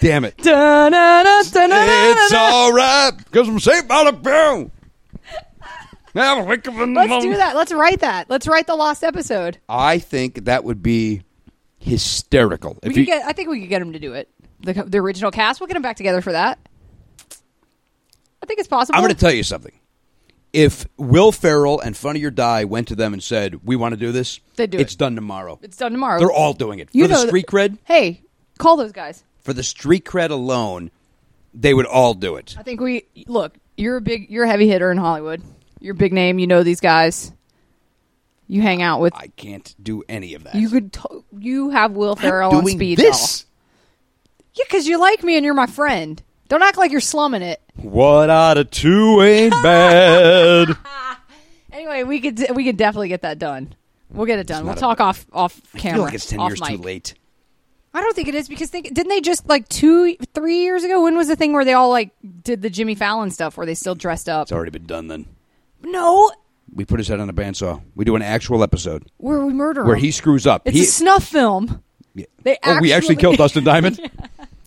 Speaker 3: Damn it.
Speaker 2: Da-na-na, da-na-na-na-na.
Speaker 3: It's all right because I'm safe out of bell. Now wake up in the
Speaker 2: Let's
Speaker 3: morning.
Speaker 2: do that. Let's write that. Let's write the lost episode.
Speaker 3: I think that would be hysterical.
Speaker 2: We
Speaker 3: If
Speaker 2: could
Speaker 3: you,
Speaker 2: get. I think we could get him to do it. The, co- the original cast. We'll get him back together for that. I think it's possible.
Speaker 3: I'm going to tell you something. If Will Ferrell and Funny or Die went to them and said, "We want to do this,"
Speaker 2: They'd do
Speaker 3: it's
Speaker 2: it.
Speaker 3: done tomorrow.
Speaker 2: It's done tomorrow.
Speaker 3: They're all doing it
Speaker 2: You
Speaker 3: for the
Speaker 2: know-
Speaker 3: street cred.
Speaker 2: Hey, call those guys.
Speaker 3: For the street cred alone, they would all do it.
Speaker 2: I think we look. You're a big. You're a heavy hitter in Hollywood. You're a big name. You know these guys. You hang out with.
Speaker 3: I can't do any of that.
Speaker 2: you could. To, you have Will Ferrell on
Speaker 3: doing
Speaker 2: speed
Speaker 3: this.
Speaker 2: dial. Yeah, because you like me and you're my friend. Don't act like you're slumming it.
Speaker 3: What out of two ain't bad.
Speaker 2: Anyway, we could we could definitely get that done. We'll get it done. We'll
Speaker 3: not a-
Speaker 2: talk off off
Speaker 3: I
Speaker 2: camera.
Speaker 3: feel like it's ten
Speaker 2: off
Speaker 3: years
Speaker 2: mic.
Speaker 3: too late.
Speaker 2: I don't think it is because think didn't they just like two three years ago? When was the thing where they all like did the Jimmy Fallon stuff where they still dressed up?
Speaker 3: It's already been done then.
Speaker 2: No,
Speaker 3: We put his head on a bandsaw. We do an actual episode
Speaker 2: where we murder
Speaker 3: where
Speaker 2: him.
Speaker 3: he screws up.
Speaker 2: It's
Speaker 3: he,
Speaker 2: a snuff film. They
Speaker 3: oh, we actually killed Dustin Diamond.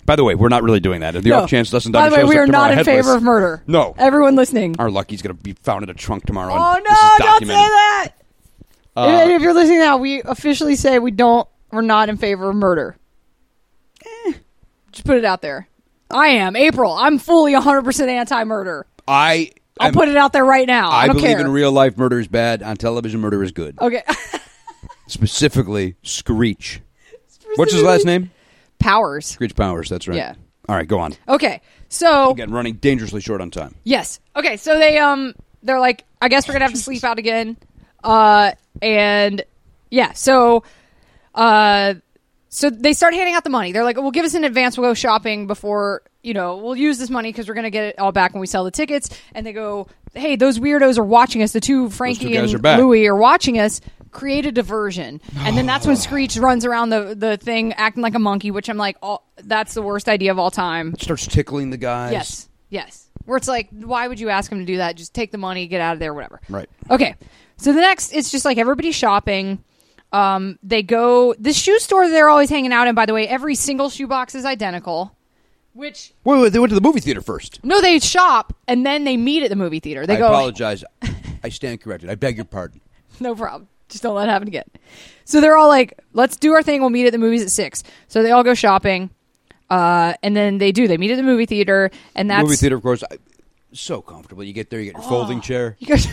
Speaker 3: By the way, we're not really doing that. The
Speaker 2: No.
Speaker 3: off chance Dustin
Speaker 2: By
Speaker 3: Diamond
Speaker 2: the way,
Speaker 3: shows
Speaker 2: we
Speaker 3: up
Speaker 2: are
Speaker 3: tomorrow
Speaker 2: not in
Speaker 3: headless.
Speaker 2: favor of murder.
Speaker 3: No.
Speaker 2: everyone listening.
Speaker 3: Our lucky's going to be found in a trunk tomorrow.
Speaker 2: oh
Speaker 3: and
Speaker 2: no!
Speaker 3: this is
Speaker 2: Don't say
Speaker 3: documented.
Speaker 2: that.
Speaker 3: Uh,
Speaker 2: if, if you're listening now, we officially say we don't. We're not in favor of murder. Eh, Just put it out there. I am April. I'm fully 100 percent anti-murder.
Speaker 3: I
Speaker 2: I'll
Speaker 3: am-
Speaker 2: put it out there right now. I,
Speaker 3: I
Speaker 2: don't
Speaker 3: believe
Speaker 2: care. Oh.
Speaker 3: in real life murder is bad. On television, murder is good.
Speaker 2: okay.
Speaker 3: Specifically, Screech. What's his last name?
Speaker 2: Powers.
Speaker 3: Screech Powers. That's right.
Speaker 2: Yeah.
Speaker 3: All right, go on.
Speaker 2: Okay. So
Speaker 3: Again, running dangerously short on time.
Speaker 2: Yes. Okay. So they um they're like, I guess we're gonna have to sleep out again. Uh and yeah, so uh so they start handing out the money. They're like, "Well, give us an advance. We'll go shopping before you know. We'll use this money because we're gonna get it all back when we sell the tickets." And they go, "Hey, those weirdos are watching us. The two Frankie
Speaker 3: guys are
Speaker 2: and
Speaker 3: back.
Speaker 2: Louie are watching us." Create a diversion, and then that's when Screech runs around the the thing acting like a monkey, which I'm like, all, that's the worst idea of all time.
Speaker 3: Starts tickling the guys.
Speaker 2: Yes. Yes. Where it's like, why would you ask him to do that? Just take the money, get out of there, whatever.
Speaker 3: Right.
Speaker 2: Okay. So the next, it's just like everybody's shopping. Um, they go the shoe store they're always hanging out in. By the way, every single shoe box is identical. Which
Speaker 3: Wait, wait, they went to the movie theater first.
Speaker 2: no, they shop and then they meet at the movie theater. They
Speaker 3: I
Speaker 2: go
Speaker 3: apologize. I stand corrected. I beg your pardon.
Speaker 2: no problem. Just don't let it happen again. So they're all like, let's do our thing. We'll meet at the movies at six. So they all go shopping, uh, and then they do. They meet at the movie theater, and that's Oh.
Speaker 3: movie theater, of course. I, so comfortable. You get there, you get your folding chair.
Speaker 2: You guys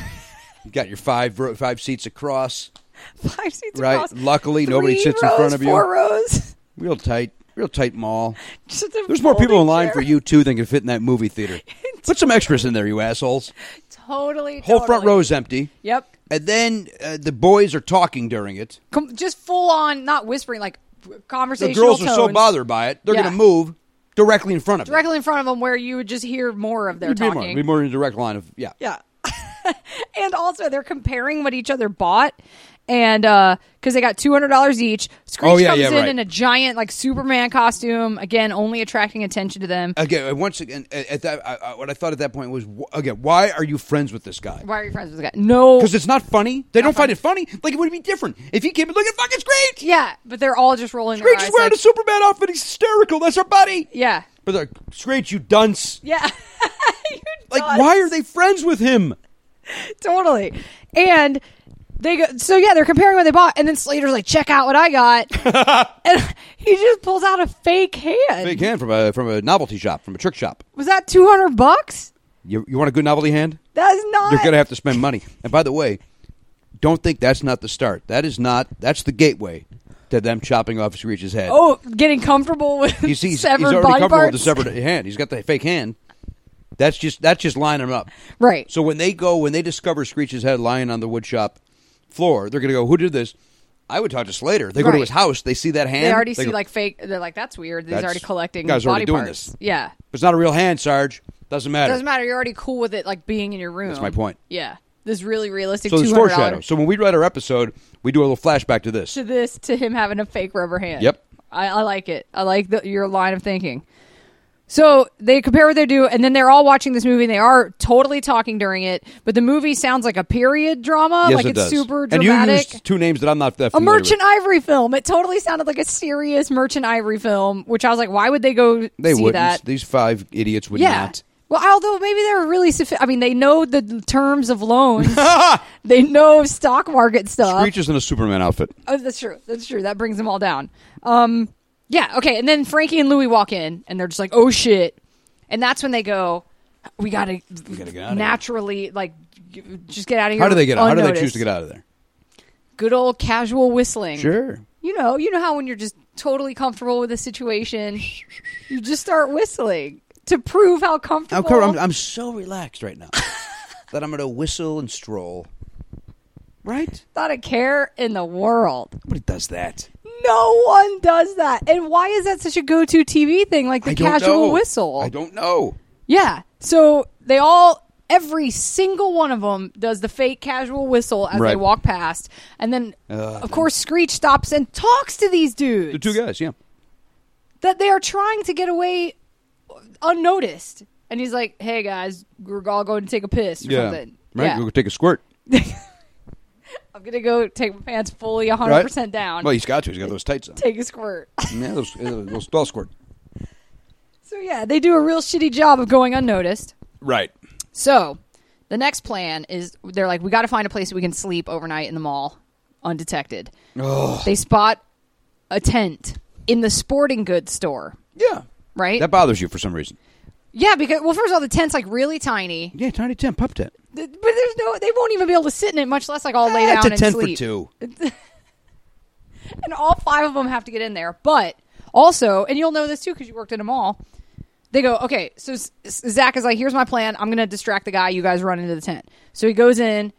Speaker 3: You got your five ro- five seats across.
Speaker 2: five seats
Speaker 3: Right.
Speaker 2: across.
Speaker 3: Luckily, nobody
Speaker 2: Three
Speaker 3: sits in
Speaker 2: rows,
Speaker 3: front of you.
Speaker 2: Four rows.
Speaker 3: Real tight, real tight mall.
Speaker 2: Just a
Speaker 3: There's more people
Speaker 2: folding
Speaker 3: in line
Speaker 2: chair.
Speaker 3: for you too than can fit in that movie theater. Put some extras in there, you assholes.
Speaker 2: Totally.
Speaker 3: Whole front
Speaker 2: totally.
Speaker 3: row is empty.
Speaker 2: Yep.
Speaker 3: And then uh, the boys are talking during it.
Speaker 2: Com- just full on, not whispering, like
Speaker 3: The
Speaker 2: conversational.
Speaker 3: girls are so
Speaker 2: tones
Speaker 3: bothered by it, they're
Speaker 2: Yeah.
Speaker 3: going to move directly in front of it.
Speaker 2: Directly in front of them, where you would just hear more of their
Speaker 3: It'd be more,
Speaker 2: talking.
Speaker 3: be more in a direct line of yeah.
Speaker 2: Yeah. and also, they're comparing what each other bought. and because they got two hundred dollars each. Screech
Speaker 3: Oh, yeah,
Speaker 2: comes
Speaker 3: yeah,
Speaker 2: in
Speaker 3: right.
Speaker 2: in a giant like Superman costume again, only attracting attention to them.
Speaker 3: Again, uh, once again, at at that, I, I, what I thought at that point was, wh- again, why are you friends with this guy?
Speaker 2: Why are you friends with this guy? No,
Speaker 3: Because it's not funny. They don't find it funny. Like it would be different if he came and look at fucking Screech.
Speaker 2: yeah, but they're all just rolling their
Speaker 3: Screech is
Speaker 2: eyes.
Speaker 3: wearing
Speaker 2: like-
Speaker 3: a Superman outfit. He's hysterical. That's our buddy.
Speaker 2: yeah,
Speaker 3: But they're like, Screech, you dunce.
Speaker 2: yeah.
Speaker 3: Like, why are they friends with him?
Speaker 2: totally. And they go, so yeah, they're comparing what they bought, and then Slater's like, "Check out what I got," and he just pulls out a fake hand.
Speaker 3: Big hand from a from a novelty shop, from a trick shop.
Speaker 2: Was that two hundred bucks?
Speaker 3: You you want a good novelty hand?
Speaker 2: That's not.
Speaker 3: You're gonna have to spend money. And by the way, don't think that's not the start. That is not. That's the gateway to them chopping off Screech's head.
Speaker 2: oh, getting comfortable with
Speaker 3: he's, he's, he's
Speaker 2: severed
Speaker 3: already
Speaker 2: body
Speaker 3: comfortable
Speaker 2: parts.
Speaker 3: with the severed hand. He's got the fake hand. That's just that's just lining him up.
Speaker 2: Right.
Speaker 3: So when they go when they discover Screech's head lying on the woodshop floor, they're gonna go, "Who did this?" I would talk to Slater. They go to
Speaker 2: Right.
Speaker 3: his house. They see that hand.
Speaker 2: they already see
Speaker 3: go,
Speaker 2: like fake. They're like, "That's weird." He's
Speaker 3: That's-
Speaker 2: already collecting
Speaker 3: guy's already
Speaker 2: body
Speaker 3: doing
Speaker 2: parts.
Speaker 3: this.
Speaker 2: Yeah,
Speaker 3: it's not a real hand, Sarge. Doesn't matter.
Speaker 2: doesn't matter. You're already cool with it, like being in your room. That's
Speaker 3: my point.
Speaker 2: Yeah, this really realistic.
Speaker 3: So there's
Speaker 2: $200
Speaker 3: foreshadow. So when we write our episode, we do a little flashback to this.
Speaker 2: to this to him having a fake rubber hand.
Speaker 3: Yep.
Speaker 2: I, I like it. I like the, your line of thinking. So they compare what they do, and then they're all watching this movie, and they are totally talking during it. But the movie sounds like a period drama,
Speaker 3: yes,
Speaker 2: like
Speaker 3: it
Speaker 2: it's
Speaker 3: does.
Speaker 2: super
Speaker 3: And you
Speaker 2: dramatic.
Speaker 3: used two names that I'm not that
Speaker 2: a
Speaker 3: familiar
Speaker 2: Merchant
Speaker 3: with.
Speaker 2: Ivory film. It totally sounded like a serious Merchant Ivory film, which I was like, why would they go
Speaker 3: They
Speaker 2: see
Speaker 3: wouldn't.
Speaker 2: that?
Speaker 3: These five idiots would
Speaker 2: yeah.
Speaker 3: not.
Speaker 2: Well, although maybe they're really, sophi- I mean, they know the terms of loans. they know stock market stuff.
Speaker 3: Screech is in a Superman outfit.
Speaker 2: Oh, that's true. That's true. That brings them all down. Um, yeah. Okay. And then Frankie and Louie walk in, and they're just like, "Oh shit!" And that's when they go, "We gotta,
Speaker 3: gotta get outta here."
Speaker 2: naturally like g- just get out of here."
Speaker 3: How do they get out? How do they
Speaker 2: unnoticed."
Speaker 3: choose to get out of there?
Speaker 2: Good old casual whistling.
Speaker 3: Sure.
Speaker 2: You know. You know how when you're just totally comfortable with a situation, you just start whistling to prove how
Speaker 3: I'm,
Speaker 2: comfortable.
Speaker 3: co- I'm, I'm so relaxed right now that I'm going to whistle and stroll. Right?
Speaker 2: not a care in the world.
Speaker 3: Nobody does that.
Speaker 2: No one does that. And why is that such a go-to TV thing? Like the
Speaker 3: I don't
Speaker 2: casual
Speaker 3: know.
Speaker 2: whistle.
Speaker 3: I don't know.
Speaker 2: Yeah. So they all, every single one of them does the fake casual whistle as they
Speaker 3: Right.
Speaker 2: walk past. And then,
Speaker 3: Ugh.
Speaker 2: of course, Screech stops and talks to these dudes
Speaker 3: The two guys, yeah.
Speaker 2: that they are trying to get away unnoticed. And he's like, hey, guys, we're all going to take a piss or
Speaker 3: yeah.
Speaker 2: something.
Speaker 3: Right?
Speaker 2: Yeah.
Speaker 3: Go take a squirt.
Speaker 2: I'm going to go take my pants fully 100%
Speaker 3: Right?
Speaker 2: down.
Speaker 3: Well, he's got to. He's got those tights on.
Speaker 2: Take a squirt.
Speaker 3: yeah, those, those, those, those squirt.
Speaker 2: so, yeah, they do a real shitty job of going unnoticed.
Speaker 3: Right.
Speaker 2: So the next plan is they're like, we got to find a place we can sleep overnight in the mall undetected. They spot a tent in the sporting goods store,
Speaker 3: Yeah.
Speaker 2: right?
Speaker 3: That bothers you for some reason.
Speaker 2: yeah, because, well, first of all, the tent's like really tiny,
Speaker 3: Yeah, tiny tent, pup tent.
Speaker 2: Th- but there's no, they won't even be able to sit in it, much less like all lay down
Speaker 3: Ah, it's a
Speaker 2: and
Speaker 3: tent
Speaker 2: sleep.
Speaker 3: for two.
Speaker 2: And all five of them have to get in there. But also, and you'll know this too because you worked in a mall. They go, okay, so S- S- Zach is like, here's my plan. I'm going to distract the guy. You guys run into the tent. So he goes in.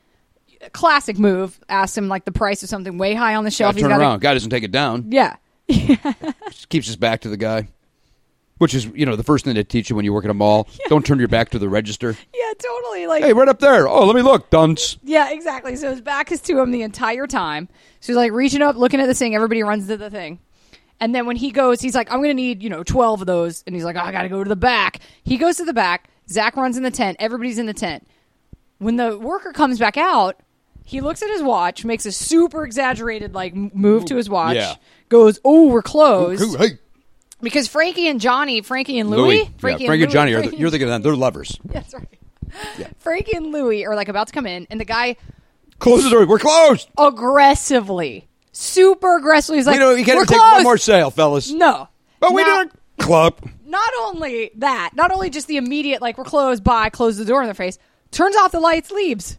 Speaker 2: Classic move. Asks him like the price of something way high on the shelf.
Speaker 3: Gotta turn
Speaker 2: He's gotta-
Speaker 3: around. Guy doesn't take it down.
Speaker 2: Yeah.
Speaker 3: Just keeps his back to the guy. Which is, you know, the first thing they teach you when you work at a mall. Don't turn your back to the register.
Speaker 2: Yeah, totally. Like,
Speaker 3: Hey, right up there. Oh, let me look, dunce.
Speaker 2: yeah, exactly. So his back is to him the entire time. So he's like reaching up, looking at this thing. Everybody runs to the thing. And then when he goes, he's like, I'm going to need, you know, 12 of those. And he's like, oh, I got to go to the back. He goes to the back. Zach runs in the tent. Everybody's in the tent. When the worker comes back out, he looks at his watch, makes a super exaggerated, like, m- move to his watch,
Speaker 3: Yeah.
Speaker 2: goes, Oh, we're closed.
Speaker 3: Ooh, hey.
Speaker 2: Because Frankie and Johnny, Frankie and Louie,
Speaker 3: Louis. Yeah, Frankie and
Speaker 2: Louie-
Speaker 3: Johnny, are the,
Speaker 2: Frankie
Speaker 3: you're thinking of them. They're lovers.
Speaker 2: That's right. Frankie and Louie are like about to come in, and the guy
Speaker 3: Close the door. We're closed.
Speaker 2: aggressively, super aggressively, is like,
Speaker 3: you know, you can't
Speaker 2: "We're
Speaker 3: even take
Speaker 2: closed!"
Speaker 3: one more sale, fellas.
Speaker 2: No,
Speaker 3: But we
Speaker 2: Now-
Speaker 3: don't. Club.
Speaker 2: Not only that, not only just the immediate like we're closed, bye, close the door in their face. Turns off the lights, leaves.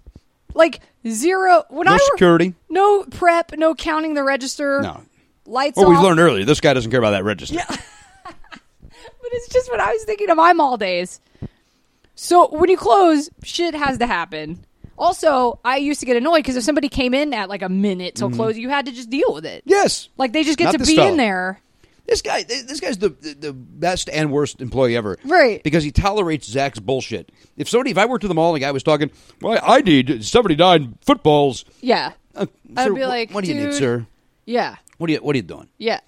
Speaker 2: Like zero. When
Speaker 3: No
Speaker 2: I wor-
Speaker 3: security.
Speaker 2: no prep, no counting the register.
Speaker 3: No.
Speaker 2: lights.
Speaker 3: What
Speaker 2: off.
Speaker 3: we learned earlier, this guy doesn't care about that register.
Speaker 2: But it's just what I was thinking of my mall days. So when you close, shit has to happen. Also, I used to get annoyed because if somebody came in at like a minute till close, you had to just deal with it.
Speaker 3: Yes.
Speaker 2: Like they just get
Speaker 3: Mm-hmm. Not
Speaker 2: to
Speaker 3: this
Speaker 2: be
Speaker 3: fella.
Speaker 2: in there.
Speaker 3: This guy, this guy's the, the the best and worst employee ever,
Speaker 2: Right.
Speaker 3: Because he tolerates Zach's bullshit. If somebody, if I worked to the mall and a guy was talking, well, I need seventy nine footballs,
Speaker 2: Yeah.
Speaker 3: Uh,
Speaker 2: I'd
Speaker 3: sir,
Speaker 2: be
Speaker 3: wh-
Speaker 2: like,
Speaker 3: what do you need,
Speaker 2: "Dude."
Speaker 3: sir?
Speaker 2: Yeah.
Speaker 3: What are you What are you doing?
Speaker 2: Yeah.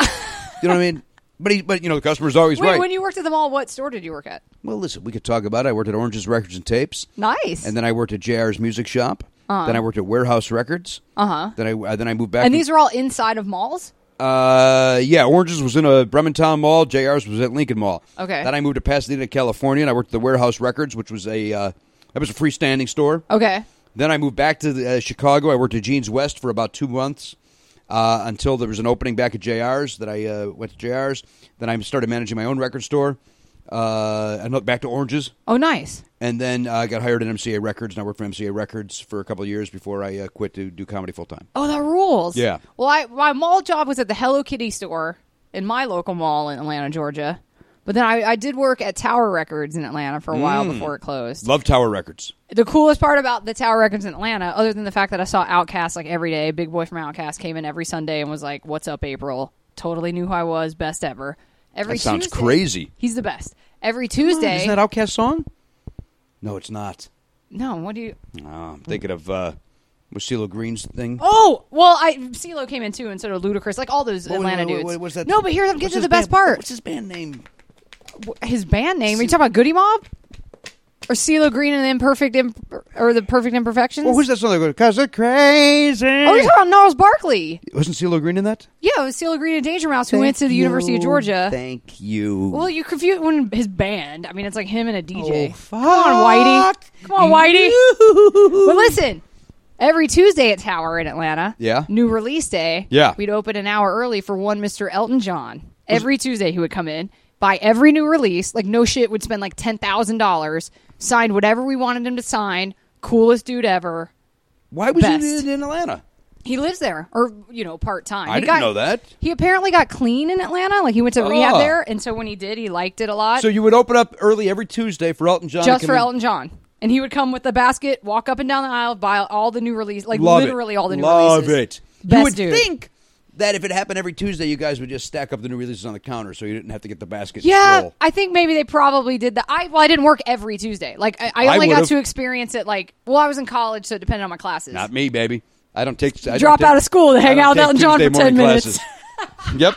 Speaker 3: You know what I mean? But he, but you know, the customer's always
Speaker 2: Wait,
Speaker 3: right.
Speaker 2: when you worked at the mall, what store did you work at?
Speaker 3: well, listen, we could talk about. it. I worked at Oranges Records and Tapes,
Speaker 2: Nice.
Speaker 3: and then I worked at JR's Music Shop. Then I worked at Warehouse Records.
Speaker 2: Uh-huh.
Speaker 3: Then I uh, then I moved back.
Speaker 2: and
Speaker 3: to-
Speaker 2: these are all inside of malls?
Speaker 3: Uh, yeah, Oranges was in a Bremerton Mall. JR's was at Lincoln Mall.
Speaker 2: Okay.
Speaker 3: Then I moved to Pasadena, California, and I worked at the Warehouse Records, which was a uh, that was a freestanding store.
Speaker 2: Okay.
Speaker 3: Then I moved back to the, uh, Chicago. I worked at Jeans West for about two months uh, until there was an opening back at JR's. That I uh, went to JR's. Then I started managing my own record store. Uh, and back to Oranges,
Speaker 2: Oh, nice.
Speaker 3: and then uh, I got hired at MCA Records, and I worked for MCA Records for a couple of years before I uh, quit to do comedy full time.
Speaker 2: Oh, that rules.
Speaker 3: Yeah.
Speaker 2: Well, I, my mall job was at the Hello Kitty store in my local mall in Atlanta, Georgia. But then I, I did work at Tower Records in Atlanta for a while
Speaker 3: Mm.
Speaker 2: before it closed.
Speaker 3: Love Tower Records.
Speaker 2: the coolest part about the Tower Records in Atlanta, other than the fact that I saw Outcast like every day, Big Boy from Outcast came in every Sunday and was like, "What's up, April?" Totally knew who I was, best ever. Every
Speaker 3: That sounds
Speaker 2: Tuesday-
Speaker 3: crazy.
Speaker 2: He's the best. Every Tuesday.
Speaker 3: Is that Outcast song? No, it's not.
Speaker 2: no, what do you?
Speaker 3: No, I'm thinking of uh, was CeeLo Green's thing.
Speaker 2: Oh, well, I CeeLo came in too, and so did Ludacris, like all those
Speaker 3: What-
Speaker 2: Atlanta
Speaker 3: what- what-
Speaker 2: dudes.
Speaker 3: what was that-
Speaker 2: No, but here I'm
Speaker 3: what's
Speaker 2: getting to
Speaker 3: his
Speaker 2: the best
Speaker 3: band-
Speaker 2: part.
Speaker 3: What's his band name?
Speaker 2: his band name. Are you talking about Goody Mob? Or CeeLo Green and the Imperfect Imp- or the Perfect Imperfections?
Speaker 3: Well, who's that song that goes? Cause they're crazy.
Speaker 2: Oh, you're talking about Gnarls Barkley.
Speaker 3: Wasn't CeeLo Green in that?
Speaker 2: Yeah, it was CeeLo Green and Danger Mouse who went to the University of Georgia.
Speaker 3: Thank you.
Speaker 2: Well, you confuse when his band. I mean, it's like him and a DJ.
Speaker 3: Oh,
Speaker 2: Come on,
Speaker 3: fuck
Speaker 2: Whitey. Come on, Whitey. but listen, every Tuesday at Tower in Atlanta,
Speaker 3: Yeah.
Speaker 2: new release day.
Speaker 3: Yeah.
Speaker 2: we'd open an hour early for one Mister Elton John. Every Tuesday, he would come in, buy every new release. Like no shit, would spend like ten thousand dollars, sign whatever we wanted him to sign. Coolest dude ever.
Speaker 3: Why was
Speaker 2: Best.
Speaker 3: he in, in Atlanta?
Speaker 2: He lives there, or you know, part time.
Speaker 3: I
Speaker 2: He
Speaker 3: didn't
Speaker 2: got-
Speaker 3: know that.
Speaker 2: He apparently got clean in Atlanta. Like he went to rehab
Speaker 3: Oh.
Speaker 2: there, and so when he did, he liked it a lot.
Speaker 3: So you would open up early every Tuesday for Elton John. to
Speaker 2: just
Speaker 3: come
Speaker 2: for
Speaker 3: in-
Speaker 2: Elton John. And he would come with the basket, walk up and down the aisle, buy all the new release, like
Speaker 3: Love it.
Speaker 2: literally all the new
Speaker 3: Love
Speaker 2: releases.
Speaker 3: it.
Speaker 2: Best
Speaker 3: you would
Speaker 2: dude.
Speaker 3: think that if it happened every Tuesday, you guys would just stack up the new releases on the counter, so you didn't have to get the basket. and
Speaker 2: Yeah,
Speaker 3: scroll.
Speaker 2: I think maybe they probably did that. I well, I didn't work every Tuesday. Like I, I
Speaker 3: I
Speaker 2: only got
Speaker 3: would've.
Speaker 2: to experience it. Like well, I was in college, so it depended on my classes.
Speaker 3: Not me, baby. I don't take. I don't
Speaker 2: Drop
Speaker 3: take-
Speaker 2: out of school to
Speaker 3: I
Speaker 2: hang
Speaker 3: don't
Speaker 2: out with
Speaker 3: take
Speaker 2: Elton John
Speaker 3: Tuesday
Speaker 2: for 10
Speaker 3: morning
Speaker 2: minutes.
Speaker 3: classes. yep.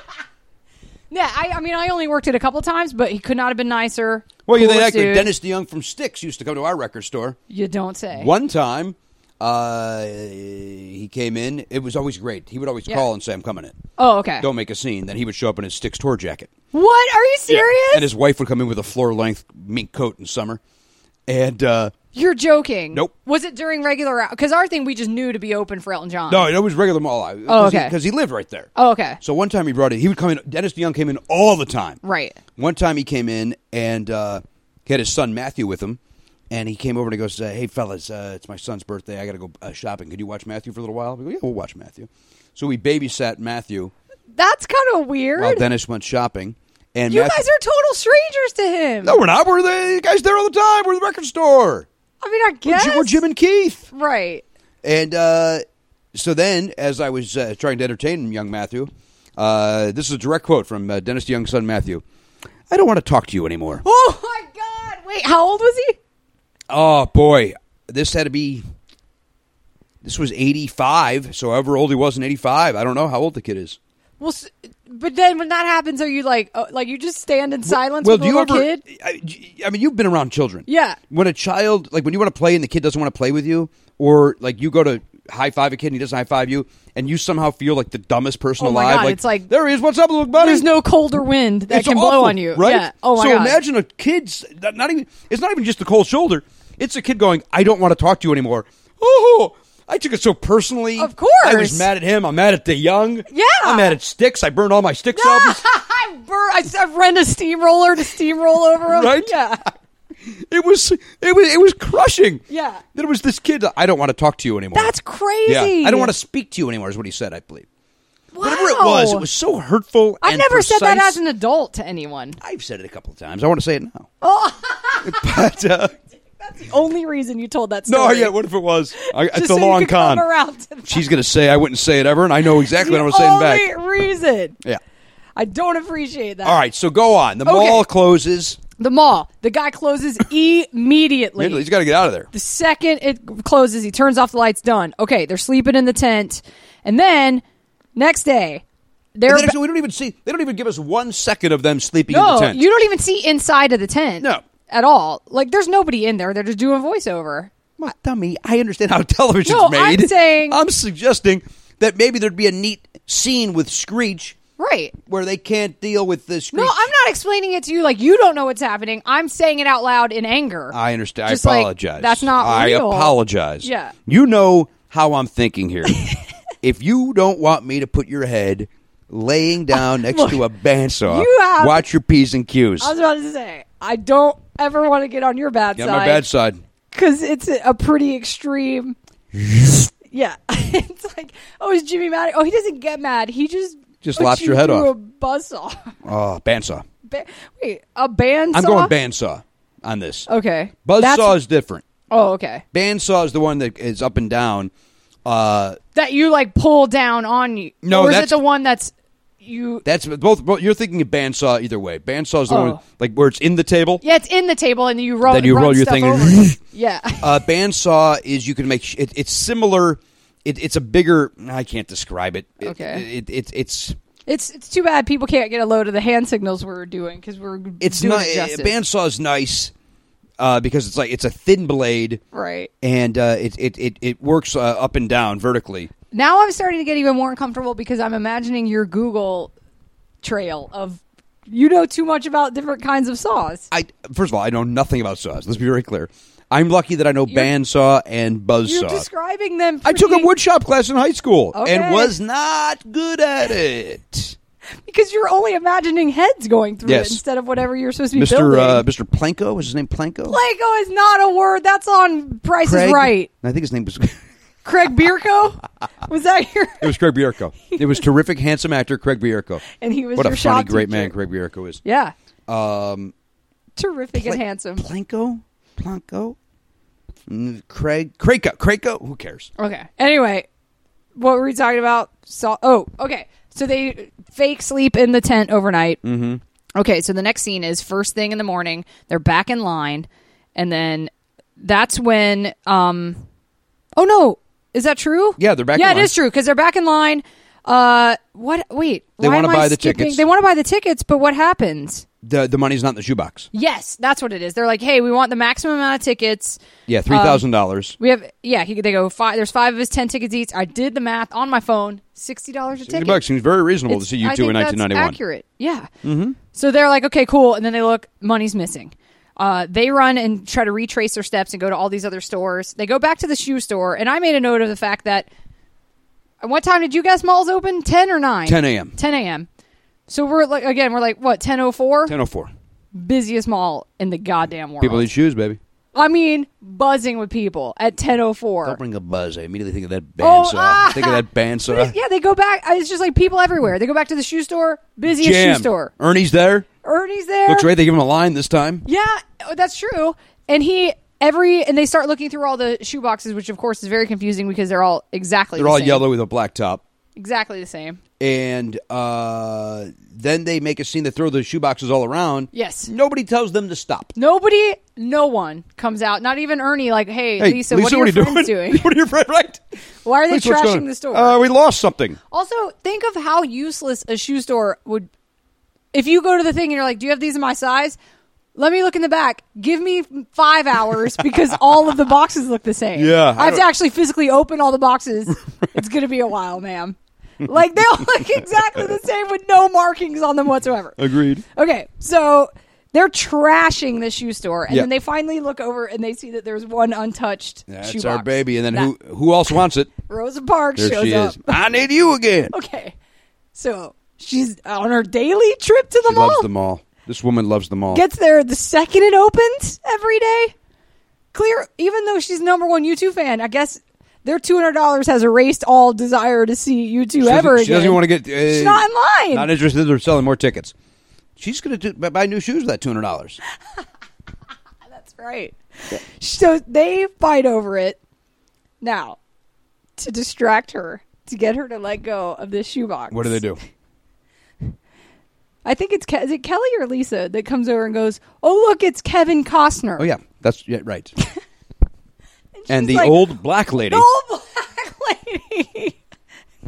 Speaker 2: yeah, I, I mean, I only worked it a couple times, but he could not have been nicer.
Speaker 3: Well, you
Speaker 2: coolest
Speaker 3: think actually
Speaker 2: dude.
Speaker 3: Dennis DeYoung from Styx used to come to our record store.
Speaker 2: You don't say.
Speaker 3: One time, uh, he came in. It was always great. He would always
Speaker 2: Yeah.
Speaker 3: call and say, "I'm coming in.
Speaker 2: Oh, okay.
Speaker 3: Don't make a scene." Then he would show up in his Styx tour jacket.
Speaker 2: What are you serious?
Speaker 3: And his wife would come in with a floor length mink coat in summer. And uh,
Speaker 2: You're joking.
Speaker 3: Nope.
Speaker 2: Was it during regular hours? Because our thing we just knew to be open for Elton John.
Speaker 3: no, it was regular mall. I-
Speaker 2: Oh,
Speaker 3: cause he-
Speaker 2: okay.
Speaker 3: Because he, lived right there.
Speaker 2: Oh, okay.
Speaker 3: So one time he brought it. He would come in. Dennis DeYoung came in all the time.
Speaker 2: Right.
Speaker 3: One time he came in and uh, he had his son Matthew with him, and he came over and he goes, uh, "Hey fellas, uh, it's my son's birthday. I got to go uh, shopping. Could you watch Matthew for a little while?" We go, "Yeah, we'll watch Matthew." So we babysat Matthew
Speaker 2: That's kind of weird.
Speaker 3: while Dennis went shopping, and
Speaker 2: you
Speaker 3: Matthew-
Speaker 2: guys are total strangers to him.
Speaker 3: no, we're not. We're the you guys there all the time. We're the record store.
Speaker 2: I mean, I
Speaker 3: We're
Speaker 2: guess.
Speaker 3: Ji- We're Jim and Keith.
Speaker 2: Right.
Speaker 3: And uh, so then, as I was uh, trying to entertain young Matthew, uh, this is a direct quote from uh, Dennis DeYoung's son Matthew. I don't want to talk to you anymore.
Speaker 2: Oh my God! Wait, how old was he?
Speaker 3: Oh boy, this had to be. This was eighty five, so however old he was in eighty five, I don't know how old the kid is.
Speaker 2: Well, s- but then when that happens, are you like, oh, like you just stand in silence
Speaker 3: well,
Speaker 2: with
Speaker 3: do
Speaker 2: a
Speaker 3: you
Speaker 2: little
Speaker 3: ever?
Speaker 2: kid?
Speaker 3: I, I mean, you've been around children.
Speaker 2: Yeah.
Speaker 3: When a child, like when you want to play and the kid doesn't want to play with you, or like you go to high five a kid and he doesn't high five you, and you somehow feel like the dumbest person
Speaker 2: Oh my
Speaker 3: alive.
Speaker 2: God, it's like-
Speaker 3: there he is. What's up, little buddy?
Speaker 2: There's no colder wind that
Speaker 3: It's
Speaker 2: can
Speaker 3: awful,
Speaker 2: blow on you,
Speaker 3: right?
Speaker 2: Yeah. Oh my
Speaker 3: so
Speaker 2: God!
Speaker 3: imagine a kid's not not even. It's not even just the cold shoulder. It's a kid going, "I don't want to talk to you anymore." Oh, I took it so personally.
Speaker 2: Of course.
Speaker 3: I was mad at him. I'm mad at the young.
Speaker 2: Yeah.
Speaker 3: I'm mad at sticks. I burned all my sticks albums.
Speaker 2: I, bur- I, s- I rent a steamroller to steamroll over him.
Speaker 3: Right?
Speaker 2: Yeah.
Speaker 3: It was it was it was crushing.
Speaker 2: Yeah.
Speaker 3: Then it was this kid. I don't want to talk to you anymore.
Speaker 2: That's crazy.
Speaker 3: Yeah. I don't want to speak to you anymore. Is what he said. I believe.
Speaker 2: Wow.
Speaker 3: Whatever it was, it was so hurtful.
Speaker 2: I've
Speaker 3: and
Speaker 2: never said that
Speaker 3: precise.
Speaker 2: as an adult to anyone.
Speaker 3: I've said it a couple of times. I want to say it now. Oh. but uh,
Speaker 2: Only reason you told that story.
Speaker 3: no, yeah. What if it was? I,
Speaker 2: Just
Speaker 3: it's
Speaker 2: so
Speaker 3: a
Speaker 2: you
Speaker 3: long
Speaker 2: could
Speaker 3: con.
Speaker 2: Come around to that.
Speaker 3: She's gonna say I wouldn't say it ever, and I know exactly what I was saying
Speaker 2: only
Speaker 3: back.
Speaker 2: reason.
Speaker 3: Yeah.
Speaker 2: I don't appreciate that.
Speaker 3: All right, so go on. The
Speaker 2: Okay.
Speaker 3: mall closes.
Speaker 2: The mall. The guy closes immediately.
Speaker 3: He's got to get out of there.
Speaker 2: The second it closes, he turns off the lights. Done. Okay, they're sleeping in the tent, and then next day, they're
Speaker 3: They actually- we don't even see. They don't even give us one second of them sleeping in
Speaker 2: no.
Speaker 3: the tent.
Speaker 2: You don't even see inside of the tent.
Speaker 3: No.
Speaker 2: at all. Like there's nobody in there. They're just doing voiceover.
Speaker 3: Well, dummy, I understand how television's
Speaker 2: No, I'm
Speaker 3: made.
Speaker 2: saying-
Speaker 3: I'm suggesting that maybe there'd be a neat scene with Screech
Speaker 2: Right.
Speaker 3: where they can't deal with the Screech.
Speaker 2: No, I'm not explaining it to you like you don't know what's happening. I'm saying it out loud in anger.
Speaker 3: I understand.
Speaker 2: Just
Speaker 3: I
Speaker 2: like,
Speaker 3: apologize.
Speaker 2: that's not
Speaker 3: I
Speaker 2: real.
Speaker 3: apologize.
Speaker 2: Yeah.
Speaker 3: You know how I'm thinking here. if you don't want me to put your head laying down next to a bandsaw,
Speaker 2: you have-
Speaker 3: watch your P's and Q's.
Speaker 2: I was about to say, I don't ever want to get on your bad
Speaker 3: Get on
Speaker 2: side.
Speaker 3: my bad side.
Speaker 2: because it's a, a pretty extreme. yeah, it's like oh, is Jimmy mad? Oh, he doesn't get mad. He just
Speaker 3: Just
Speaker 2: puts
Speaker 3: lops
Speaker 2: you
Speaker 3: your head
Speaker 2: through
Speaker 3: off.
Speaker 2: A buzzsaw.
Speaker 3: Oh, bandsaw.
Speaker 2: Ba- Wait, a band.
Speaker 3: I'm going bandsaw on this.
Speaker 2: Okay, Oh, That's-
Speaker 3: Buzzsaw is different.
Speaker 2: Oh, okay.
Speaker 3: Bandsaw is the one that is up and down. Uh,
Speaker 2: That you like pull down on you.
Speaker 3: No,
Speaker 2: or is it
Speaker 3: that's-
Speaker 2: the one that's you?
Speaker 3: that's both, both. You're thinking of bandsaw either way. Bandsaw is the
Speaker 2: Oh.
Speaker 3: one like where it's in the table.
Speaker 2: Yeah, it's in the table, and you roll.
Speaker 3: Then you
Speaker 2: run
Speaker 3: roll your
Speaker 2: stuff
Speaker 3: thing
Speaker 2: Over.
Speaker 3: and-
Speaker 2: yeah.
Speaker 3: Uh, bandsaw is you can make sh- it, it's similar. It, it's a bigger. I can't describe it. It-
Speaker 2: Okay.
Speaker 3: It, it, it's
Speaker 2: It's it's too bad people can't get a load of the hand signals we're doing because we're
Speaker 3: it's
Speaker 2: doing
Speaker 3: not eh,
Speaker 2: it justice.
Speaker 3: bandsaw is nice uh, because it's like it's a thin blade,
Speaker 2: right.
Speaker 3: and uh, it, it it it works uh, up and down vertically.
Speaker 2: Now I'm starting to get even more uncomfortable because I'm imagining your Google trail of you know too much about different kinds of saws.
Speaker 3: I first of all, I know nothing about saws. Let's be very clear. I'm lucky that I know
Speaker 2: You're-
Speaker 3: bandsaw and
Speaker 2: You're
Speaker 3: buzzsaw.
Speaker 2: describing them.
Speaker 3: I took a
Speaker 2: pretty-
Speaker 3: woodshop class in high school
Speaker 2: Okay.
Speaker 3: and was not good at it.
Speaker 2: because you're only imagining heads going through
Speaker 3: Yes.
Speaker 2: it instead of whatever you're supposed to be
Speaker 3: Mr.
Speaker 2: building.
Speaker 3: Uh, Mr. Planko was his name. Planko.
Speaker 2: Lego is not a word. That's on Price
Speaker 3: Craig?
Speaker 2: is Right.
Speaker 3: I think his name was. it
Speaker 2: Craig Bierko was that your?
Speaker 3: was Craig Bierko. It was terrific, handsome actor Craig Bierko.
Speaker 2: And he was
Speaker 3: what
Speaker 2: your
Speaker 3: a funny,
Speaker 2: shop
Speaker 3: great
Speaker 2: teacher.
Speaker 3: man Craig Bierko is.
Speaker 2: Yeah,
Speaker 3: Um,
Speaker 2: terrific
Speaker 3: Pla-
Speaker 2: and handsome.
Speaker 3: Planko, Planko, Mm, Craig, Krako, Krako. Who cares?
Speaker 2: Okay. Anyway, what were we talking about? So, oh, okay. So they fake sleep in the tent overnight. Mm-hmm. Okay. So the next scene is first thing in the morning. They're back in line, and then that's when. um Oh no, is that true?
Speaker 3: Yeah, they're back in
Speaker 2: Yeah, it
Speaker 3: line.
Speaker 2: is true because they're back in line. Uh, what? Wait,
Speaker 3: They
Speaker 2: why
Speaker 3: wanna
Speaker 2: am I
Speaker 3: buy the
Speaker 2: skipping-
Speaker 3: tickets.
Speaker 2: They want to buy the tickets, but what happens?
Speaker 3: The the money's not in the shoebox.
Speaker 2: Yes, that's what it is. They're like, hey, we want the maximum amount of tickets.
Speaker 3: Yeah, three thousand dollars.
Speaker 2: We have yeah. He, they go five. There's five of his ten tickets each. I did the math on my phone. Sixty dollars a ticket.
Speaker 3: Sixty bucks seems very reasonable
Speaker 2: It's-
Speaker 3: to see you
Speaker 2: I
Speaker 3: two
Speaker 2: think
Speaker 3: in
Speaker 2: that's
Speaker 3: nineteen ninety one.
Speaker 2: Accurate. Yeah. Mm-hmm. So they're like, okay, cool. And then they look, money's missing. Uh, they run and try to retrace their steps and go to all these other stores. They go back to the shoe store, and I made a note of the fact that. uh, What time did you guess malls open? Ten or nine?
Speaker 3: 10 a.m.
Speaker 2: Ten a.m. So we're like again, we're like what ten o four?
Speaker 3: Ten oh four.
Speaker 2: Busiest mall in the goddamn world.
Speaker 3: People need shoes, baby.
Speaker 2: I mean, buzzing with people at ten o four.
Speaker 3: Bring a buzz. I immediately think of that
Speaker 2: Oh,
Speaker 3: bandsaw.
Speaker 2: ah!
Speaker 3: Think of that
Speaker 2: But
Speaker 3: bandsaw.
Speaker 2: it's- yeah, they go back. It's just like people everywhere. They go back to the shoe store, busiest
Speaker 3: Jam.
Speaker 2: shoe store.
Speaker 3: Ernie's there.
Speaker 2: Ernie's there.
Speaker 3: Looks great. They give him a line this time.
Speaker 2: Yeah, oh, that's true. And he every and they start looking through all the shoe boxes, which of course is very confusing because they're all exactly
Speaker 3: They're
Speaker 2: the
Speaker 3: all
Speaker 2: same.
Speaker 3: yellow with a black top.
Speaker 2: exactly the same.
Speaker 3: and uh, then they make a scene that throw the shoeboxes all around.
Speaker 2: Yes.
Speaker 3: Nobody tells them to stop.
Speaker 2: Nobody, no one comes out. Not even Ernie. Like, hey, Lisa, what are your friends doing?
Speaker 3: what are your friends right?
Speaker 2: Why are they
Speaker 3: Lisa, what's going
Speaker 2: trashing
Speaker 3: on?
Speaker 2: the store?
Speaker 3: Uh, we lost something.
Speaker 2: Also, think of how useless a shoe store would. If you go to the thing and you're like, "Do you have these in my size?" Let me look in the back. Give me five hours because all of the boxes look the same. I,
Speaker 3: Yeah, I
Speaker 2: have to
Speaker 3: don't-
Speaker 2: actually physically open all the boxes. it's gonna be a while, ma'am. Like they all look exactly the same with no markings on them whatsoever.
Speaker 3: Agreed.
Speaker 2: Okay, so they're trashing the shoe store, and
Speaker 3: Yeah.
Speaker 2: then they finally look over and they see that there's one untouched.
Speaker 3: That's
Speaker 2: shoe
Speaker 3: our
Speaker 2: box.
Speaker 3: baby. And then
Speaker 2: That-
Speaker 3: who who else wants it?
Speaker 2: Rosa Parks
Speaker 3: There
Speaker 2: shows
Speaker 3: she
Speaker 2: up. Oh,
Speaker 3: is. I need you again.
Speaker 2: Okay. So she's on her daily trip to the
Speaker 3: She
Speaker 2: mall.
Speaker 3: loves them all. This woman loves them all.
Speaker 2: Gets there the second it opens every day. Clear, even though she's number one U2 fan, I guess their $200 has erased all desire to see U2
Speaker 3: she doesn't,
Speaker 2: ever
Speaker 3: she
Speaker 2: again.
Speaker 3: doesn't want to get. Uh,
Speaker 2: She's not in line.
Speaker 3: Not interested. They're selling more tickets. She's going to buy new shoes with that two hundred dollars.
Speaker 2: That's right. So they fight over it. Now, to distract her, to get her to let go of this shoebox.
Speaker 3: What do they do?
Speaker 2: I think it's Ke- is it Kelly or Lisa that comes over and goes, "Oh look, it's Kevin Costner."
Speaker 3: Oh yeah, that's yeah, right.
Speaker 2: she's
Speaker 3: and the
Speaker 2: like,
Speaker 3: old black lady
Speaker 2: the old black lady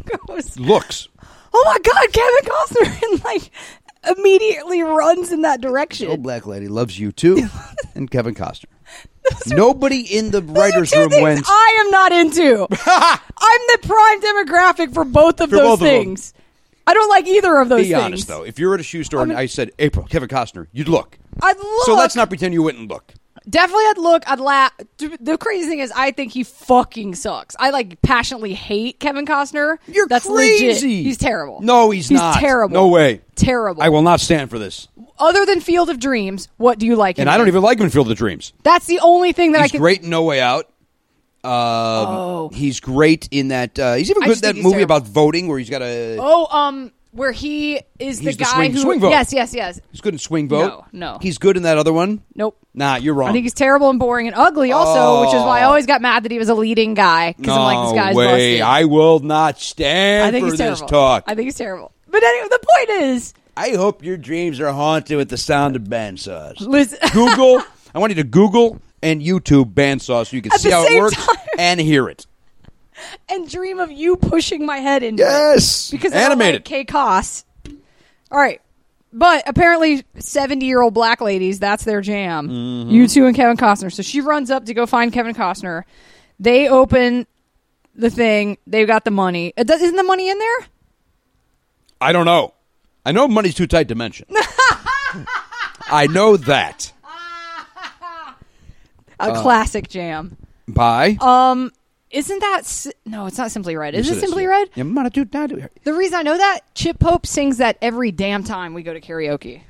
Speaker 2: goes,
Speaker 3: looks.
Speaker 2: "Oh my god, Kevin Costner!" and like immediately runs in that direction.
Speaker 3: The old black lady loves you too, and Kevin Costner. Nobody in the writers'
Speaker 2: Those are two
Speaker 3: room
Speaker 2: things
Speaker 3: went.
Speaker 2: I am not into. I'm the prime demographic for both of
Speaker 3: For
Speaker 2: those
Speaker 3: both of them.
Speaker 2: things. I don't like either of those
Speaker 3: Be
Speaker 2: things.
Speaker 3: honest though, if you were at a shoe store and I said April Kevin Costner, you'd look.
Speaker 2: I'd look.
Speaker 3: So let's not pretend you wouldn't look.
Speaker 2: Definitely, I'd look. I'd laugh. The crazy thing is, I think he fucking sucks. I like passionately hate Kevin Costner.
Speaker 3: You're
Speaker 2: That's
Speaker 3: crazy.
Speaker 2: legit. He's terrible.
Speaker 3: No, he's,
Speaker 2: he's
Speaker 3: not.
Speaker 2: terrible.
Speaker 3: No way.
Speaker 2: Terrible.
Speaker 3: I will not stand for this.
Speaker 2: Other than Field of Dreams, what do you like?
Speaker 3: And
Speaker 2: him
Speaker 3: I don't
Speaker 2: in?
Speaker 3: even like him in Field of Dreams.
Speaker 2: That's the only thing that I
Speaker 3: He's
Speaker 2: can.
Speaker 3: great in No Way Out. Um,
Speaker 2: Oh.
Speaker 3: He's great in that. Uh, he's even
Speaker 2: I
Speaker 3: good in
Speaker 2: just
Speaker 3: that
Speaker 2: think he's
Speaker 3: movie
Speaker 2: terrible.
Speaker 3: about voting where he's got a.
Speaker 2: Oh, um, where he is
Speaker 3: He's
Speaker 2: the
Speaker 3: the
Speaker 2: guy
Speaker 3: swing-
Speaker 2: who.
Speaker 3: swing vote.
Speaker 2: Yes, yes, yes.
Speaker 3: He's good in Swing Vote.
Speaker 2: No, no.
Speaker 3: He's good in that other one.
Speaker 2: Nope.
Speaker 3: Nah, you're wrong.
Speaker 2: I think he's terrible and boring and ugly, also, which is why I always got mad that he was a leading guy because
Speaker 3: Oh. no
Speaker 2: I'm like, this guy's
Speaker 3: way.
Speaker 2: busted.
Speaker 3: I will not
Speaker 2: I
Speaker 3: stand
Speaker 2: think
Speaker 3: for
Speaker 2: he's
Speaker 3: this
Speaker 2: terrible.
Speaker 3: talk.
Speaker 2: I think he's terrible. But anyway, the point is,
Speaker 3: I hope your dreams are haunted with the sound of bandsaws.
Speaker 2: Listen-
Speaker 3: Google. I want you to Google and YouTube bandsaw so you can
Speaker 2: At
Speaker 3: see
Speaker 2: the
Speaker 3: how it
Speaker 2: same
Speaker 3: works
Speaker 2: time.
Speaker 3: and hear it.
Speaker 2: and dream of you pushing my head into it.
Speaker 3: Yes,
Speaker 2: because
Speaker 3: animated.
Speaker 2: K Koss. All right. But apparently, 70 year old black ladies, that's their jam.
Speaker 3: Mm-hmm.
Speaker 2: You two and Kevin Costner. So she runs up to go find Kevin Costner. They open the thing. They've got the money. It does- Isn't the money in there?
Speaker 3: I don't know. I know money's too tight to mention. I know that.
Speaker 2: A
Speaker 3: Uh.
Speaker 2: classic jam. Um,
Speaker 3: Bye.
Speaker 2: Isn't that. S- no, it's not Simply Red. Uh, Is it
Speaker 3: Yes, is,
Speaker 2: Simply
Speaker 3: yeah.
Speaker 2: Red?
Speaker 3: Yeah, money too tight to-
Speaker 2: The reason I know that, Chip Pope sings that every damn time we go to karaoke.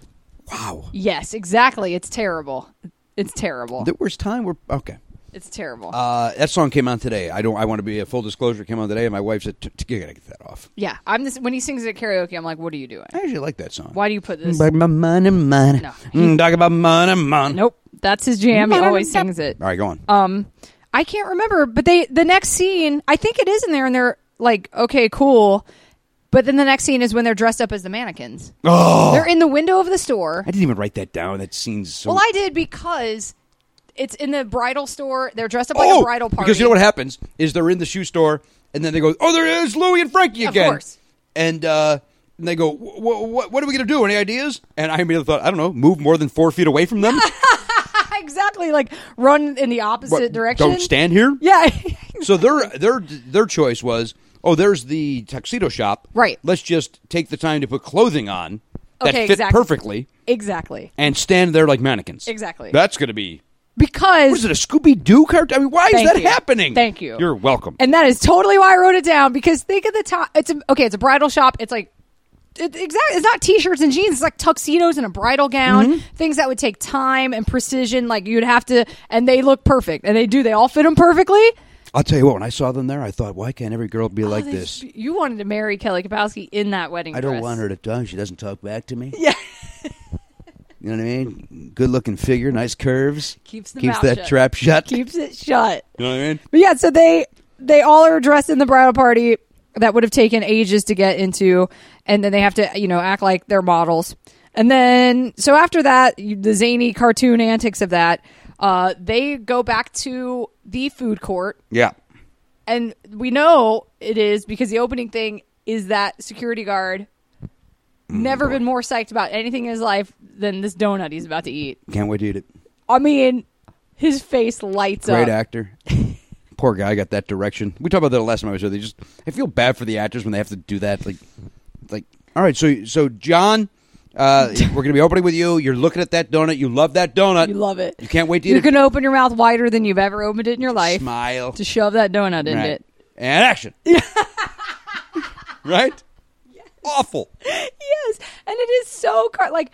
Speaker 3: Wow.
Speaker 2: Yes, exactly. It's terrible. It's terrible.
Speaker 3: The worst time we're okay.
Speaker 2: It's terrible.
Speaker 3: Uh, that song came on today. I don't. I want to be a full disclosure. it Came on today, and my wife said, "T- t- "You gotta get that off."
Speaker 2: Yeah, I'm this when he sings it at karaoke. I'm like, what are you doing?
Speaker 3: I actually like that song.
Speaker 2: Why do you put this?
Speaker 3: Talk about money, money.
Speaker 2: No.
Speaker 3: Mm, talk about money, money.
Speaker 2: Nope, that's his jam. He always sings it.
Speaker 3: All right, go on.
Speaker 2: Um, I can't remember, but they the next scene, I think it is in there, and they're like, okay, cool. But then the next scene is when they're dressed up as the mannequins.
Speaker 3: oh,
Speaker 2: They're in the window of the store.
Speaker 3: I didn't even write that down. That scene's so.
Speaker 2: Well, I did because it's in the bridal store. They're dressed up like
Speaker 3: oh,
Speaker 2: a bridal party.
Speaker 3: because you know what happens is they're in the shoe store, and then they go, "Oh, there is Louie and Frankie
Speaker 2: Of
Speaker 3: again."
Speaker 2: course.
Speaker 3: And uh, and they go, "Wh- wh- wh- "What are we gonna do? Any ideas?" And I immediately thought, "I don't know. Move more than four feet away from them.
Speaker 2: exactly like run in the opposite
Speaker 3: What,
Speaker 2: direction.
Speaker 3: Don't stand here."
Speaker 2: Yeah,
Speaker 3: So their their their choice was, oh, there's the tuxedo shop.
Speaker 2: Right.
Speaker 3: Let's just take the time to put clothing on that
Speaker 2: Okay,
Speaker 3: fit
Speaker 2: exactly.
Speaker 3: perfectly
Speaker 2: exactly,
Speaker 3: and stand there like mannequins.
Speaker 2: Exactly.
Speaker 3: That's going to be.
Speaker 2: because
Speaker 3: What is it? A Scooby Doo cartoon? I mean, why
Speaker 2: Thank
Speaker 3: is that
Speaker 2: you.
Speaker 3: happening?
Speaker 2: Thank you.
Speaker 3: You're welcome.
Speaker 2: And that is totally why I wrote it down because think of the top. It's a, okay. It's a bridal shop. It's like it, exactly. It's not t-shirts and jeans. It's like tuxedos and a bridal gown. Things that would take time and precision. Like you'd have to, and they look perfect, and they do. They all fit them perfectly.
Speaker 3: I'll tell you what. When I saw them there, I thought, why can't every girl be like
Speaker 2: Oh, they
Speaker 3: this?
Speaker 2: should be- You wanted to marry Kelly Kapowski in that wedding.
Speaker 3: I don't
Speaker 2: dress.
Speaker 3: want her to talk. She doesn't talk back to me.
Speaker 2: Yeah.
Speaker 3: You know what I mean? Good looking figure, nice curves.
Speaker 2: Keeps the
Speaker 3: keeps
Speaker 2: mouth
Speaker 3: that
Speaker 2: shut.
Speaker 3: trap shut.
Speaker 2: Keeps it shut.
Speaker 3: you know what I mean?
Speaker 2: But yeah, so they they all are dressed in the bridal party that would have taken ages to get into, and then they have to you know act like they're models. And then so after that, you- the zany cartoon antics of that, uh, they go back to the food court,
Speaker 3: Yeah.
Speaker 2: and we know it is because the opening thing is that security guard. Never been more psyched about anything in his life than this donut he's about to eat.
Speaker 3: Can't wait to eat it.
Speaker 2: I mean, his face lights
Speaker 3: Great
Speaker 2: up.
Speaker 3: actor. Poor guy got that direction. We talked about that last time I was here. They just I feel bad for the actors when they have to do that. Like, like all right, so so John, uh, we're gonna be opening with you. You're looking at that donut. You love that donut.
Speaker 2: You love it.
Speaker 3: You can't wait to eat
Speaker 2: You're
Speaker 3: it.
Speaker 2: gonna open your mouth wider than you've ever opened it in your life
Speaker 3: Smile.
Speaker 2: to shove that donut in
Speaker 3: Right.
Speaker 2: it.
Speaker 3: And action. right. Awful.
Speaker 2: Yes, and it is so car- like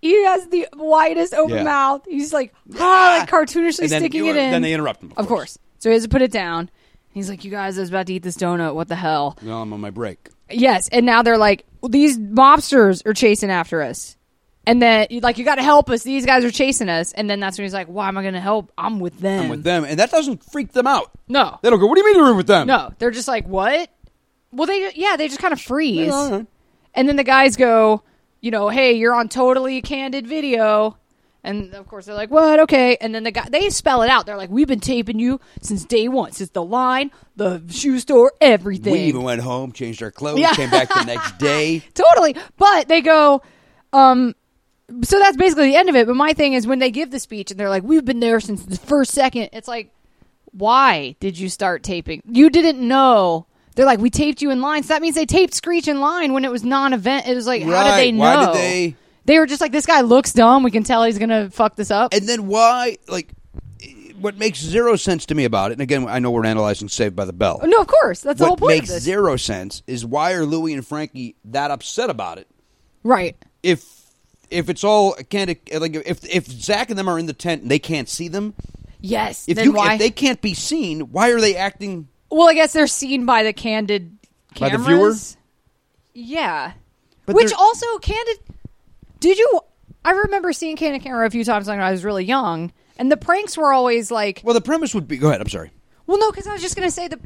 Speaker 2: he has the widest open
Speaker 3: Yeah.
Speaker 2: mouth. He's like ah, like cartoonishly
Speaker 3: And then
Speaker 2: sticking
Speaker 3: you-
Speaker 2: it in.
Speaker 3: then they interrupt him, of
Speaker 2: of course.
Speaker 3: course.
Speaker 2: So he has to put it down. He's like, "You guys, I was about to eat this donut. What the hell?"
Speaker 3: No, I'm on my break.
Speaker 2: Yes, and now they're like, well, "These mobsters are chasing after us." And then, you- like, you got to help us. These guys are chasing us. And then that's when he's like, "Why am I going to help? I'm with them."
Speaker 3: I'm with them, and that doesn't freak them out.
Speaker 2: No,
Speaker 3: They don't go. What do you mean you're with them?
Speaker 2: No, they're just like, what? Well, they yeah, they just kind of freeze,
Speaker 3: all right.
Speaker 2: and then the guys go, you know, hey, you're on totally candid video. And of course they're like, what? Okay. And then the guy, they spell it out. They're like, we've been taping you since day one, since the line, the shoe store, everything.
Speaker 3: We even went home, changed our clothes,
Speaker 2: Yeah.
Speaker 3: came back the next day.
Speaker 2: totally. But they go, um, so that's basically the end of it. But my thing is when they give the speech and they're like, "We've been there since the first second. It's like, why did you start taping? You didn't know. They're like, we taped you in line. So that means they taped Screech in line when it was non-event. It was like, how did
Speaker 3: Right.
Speaker 2: they know?
Speaker 3: Why did they-
Speaker 2: They were just like, this guy looks dumb. We can tell he's gonna fuck this up.
Speaker 3: And then why? Like, what makes zero sense to me about it? And again, I know we're analyzing Saved by the Bell.
Speaker 2: no, of course. That's the whole
Speaker 3: what
Speaker 2: point
Speaker 3: makes
Speaker 2: of this,
Speaker 3: zero sense is why are Louie and Frankie that upset about it?
Speaker 2: right?
Speaker 3: If if it's all candid, like if if Zach and them are in the tent and they can't see them,
Speaker 2: Yes.
Speaker 3: if
Speaker 2: then
Speaker 3: you
Speaker 2: why?
Speaker 3: if they can't be seen, why are they acting?
Speaker 2: well, I guess they're seen by the candid
Speaker 3: By the
Speaker 2: cameras.
Speaker 3: viewer?
Speaker 2: Yeah.
Speaker 3: But
Speaker 2: Which
Speaker 3: they're-
Speaker 2: also candid Did you I remember seeing Candid Camera a few times when I was really young and the pranks were always like
Speaker 3: Well, the premise would be. Go ahead. I'm sorry.
Speaker 2: well no cuz I was just going to say the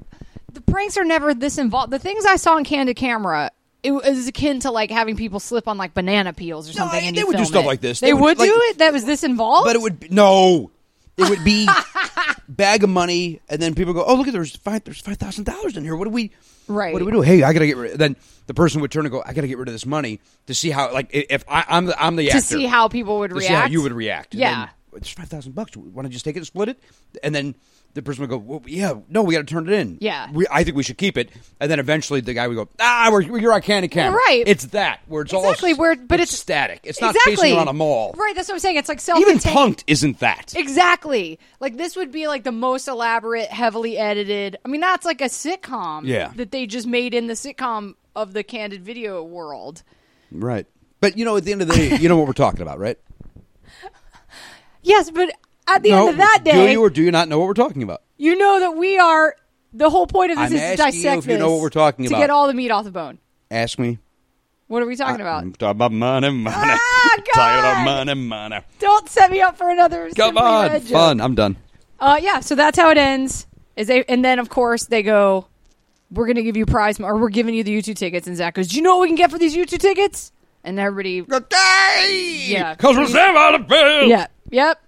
Speaker 2: the pranks are never this involved. The things I saw in Candid Camera it was akin to like having people slip on like banana peels or something.
Speaker 3: I-
Speaker 2: and
Speaker 3: they
Speaker 2: you
Speaker 3: would do
Speaker 2: film
Speaker 3: stuff
Speaker 2: it.
Speaker 3: like this.
Speaker 2: They,
Speaker 3: They
Speaker 2: would,
Speaker 3: would, like-
Speaker 2: do it. That was this involved.
Speaker 3: But it would be, no. It would be bag of money, and then people go, "Oh, look at there's five there's five thousand dollars in here. What do we?
Speaker 2: Right.
Speaker 3: What do we do? Hey, I gotta get rid." Then the person would turn and go, "I gotta get rid of this money to see how like i- if I, I'm the I'm the
Speaker 2: to
Speaker 3: actor
Speaker 2: see how people would
Speaker 3: to
Speaker 2: react.
Speaker 3: see how you would react. And
Speaker 2: Yeah.
Speaker 3: then, it's five thousand bucks. Why don't you just take it and split it? And then the person would go, well, "Yeah, no, we got to turn it in.
Speaker 2: Yeah.
Speaker 3: we, I think we should keep it." And then eventually the guy would go, "Ah, we're, you're on candy camera.
Speaker 2: Right.
Speaker 3: It's that where it's
Speaker 2: exactly.
Speaker 3: all
Speaker 2: Where but it's,
Speaker 3: static. It's not
Speaker 2: exactly.
Speaker 3: chasing around a mall.
Speaker 2: Right. That's what I'm saying. It's like self
Speaker 3: Even punked isn't that.
Speaker 2: Exactly. Like this would be like the most elaborate, heavily edited. I mean, that's like a sitcom.
Speaker 3: Yeah.
Speaker 2: That they just made in the sitcom of the candid video world.
Speaker 3: Right. But you know, at the end of the day, you know what we're talking about, right?
Speaker 2: Yes, but at the end of that
Speaker 3: do
Speaker 2: day,
Speaker 3: you or do you not know what we're talking about?
Speaker 2: you know that we are. The whole point of this
Speaker 3: I'm
Speaker 2: is to
Speaker 3: asking you
Speaker 2: dissect
Speaker 3: if you know
Speaker 2: this
Speaker 3: what we're talking
Speaker 2: to
Speaker 3: about.
Speaker 2: get all the meat off the bone.
Speaker 3: Ask me.
Speaker 2: What are we talking about?
Speaker 3: I'm talking about money, money.
Speaker 2: Ah,
Speaker 3: Talking about
Speaker 2: God!
Speaker 3: money, money.
Speaker 2: Don't set me up for another.
Speaker 3: Come
Speaker 2: Simply
Speaker 3: on,
Speaker 2: Red joke.
Speaker 3: fun. I'm done.
Speaker 2: Uh, yeah, so that's how it ends. Is they and then of course they go, we're gonna give you prize mo- or we're giving you the YouTube tickets, and Zach goes, do you know what we can get for these YouTube tickets? And everybody, Yeah.
Speaker 3: Cause we're saved by the bill.
Speaker 2: yeah, yep.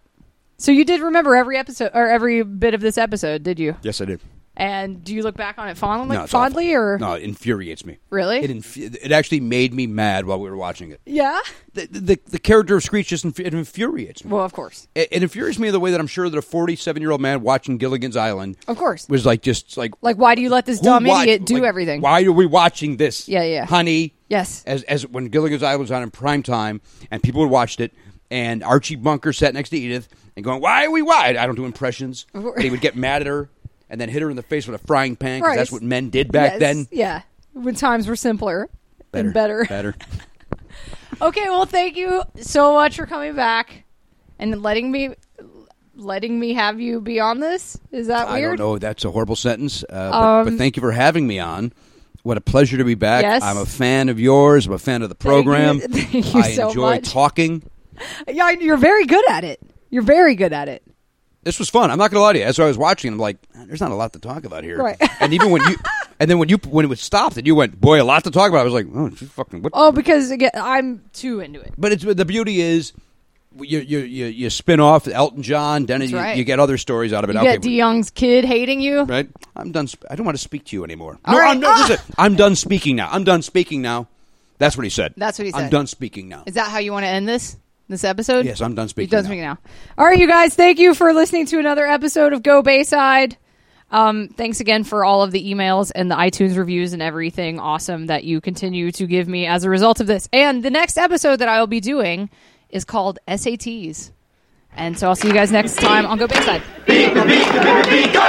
Speaker 2: So you did remember every episode or every bit of this episode, did you?
Speaker 3: Yes, I did.
Speaker 2: And do you look back on it fondly,
Speaker 3: No, it's
Speaker 2: fondly,
Speaker 3: awful.
Speaker 2: or
Speaker 3: no, it infuriates me.
Speaker 2: Really?
Speaker 3: It infu- it actually made me mad while we were watching it.
Speaker 2: yeah?
Speaker 3: The the, the character of Screech just infu- it infuriates me.
Speaker 2: Well, of course,
Speaker 3: it, it infuriates me the way that I'm sure that a 47 year old man watching Gilligan's Island
Speaker 2: of course.
Speaker 3: was like just like
Speaker 2: Like, why do you let this
Speaker 3: Who
Speaker 2: dumb
Speaker 3: watch-
Speaker 2: idiot do
Speaker 3: like,
Speaker 2: everything?
Speaker 3: Why are we watching this?
Speaker 2: Yeah, yeah.
Speaker 3: Honey.
Speaker 2: Yes.
Speaker 3: As as when Gilligan's Island was on in prime time, and people had watched it, and Archie Bunker sat next to Edith and going, "Why are we why?" I don't do impressions.
Speaker 2: course.
Speaker 3: and he would get mad at her and then hit her in the face with a frying pan because
Speaker 2: Right.
Speaker 3: that's what men did
Speaker 2: Yes,
Speaker 3: back then.
Speaker 2: yeah, when times were simpler and better.
Speaker 3: better.
Speaker 2: Okay, well, thank you so much for coming back and letting me letting me have you be on this. Is that
Speaker 3: I
Speaker 2: weird? Um,
Speaker 3: don't know. That's a horrible sentence. Uh, but, but thank you for having me on. What a pleasure to be back.
Speaker 2: Yes.
Speaker 3: I'm a fan of yours. I'm a fan of the program.
Speaker 2: Thank you
Speaker 3: I
Speaker 2: so
Speaker 3: enjoy
Speaker 2: much.
Speaker 3: talking.
Speaker 2: Yeah, you're very good at it. You're very good at it.
Speaker 3: this was fun. I'm not gonna lie to you. As I was watching, I'm like, there's not a lot to talk about here.
Speaker 2: Right.
Speaker 3: And even when you, and then when you when it was stopped, and you went, boy, a lot to talk about. I was like, oh, she's fucking what?
Speaker 2: Oh, because again, I'm too into it.
Speaker 3: But it's the beauty is, you you you, you spin off Elton John, then you,
Speaker 2: right.
Speaker 3: you get other stories out of it.
Speaker 2: You
Speaker 3: okay,
Speaker 2: get DeYoung's kid hating you.
Speaker 3: right? I'm done. Sp- I don't want to speak to you anymore.
Speaker 2: All
Speaker 3: no,
Speaker 2: right. Ah!
Speaker 3: I'm, no, listen, I'm done speaking now. I'm done speaking now. That's what he said.
Speaker 2: That's what he
Speaker 3: I'm
Speaker 2: said.
Speaker 3: done speaking now.
Speaker 2: Is that how you want to end this? This episode?
Speaker 3: Yes, I'm done speaking
Speaker 2: You're done
Speaker 3: now.
Speaker 2: speaking now. All right, you guys. Thank you for listening to another episode of Go Bayside. Um, thanks again for all of the emails and the iTunes reviews and everything awesome that you continue to give me as a result of this. And the next episode that I will be doing is called SATs. And so I'll see you guys next time on Go Bayside.
Speaker 1: beat the beat the beat the beat go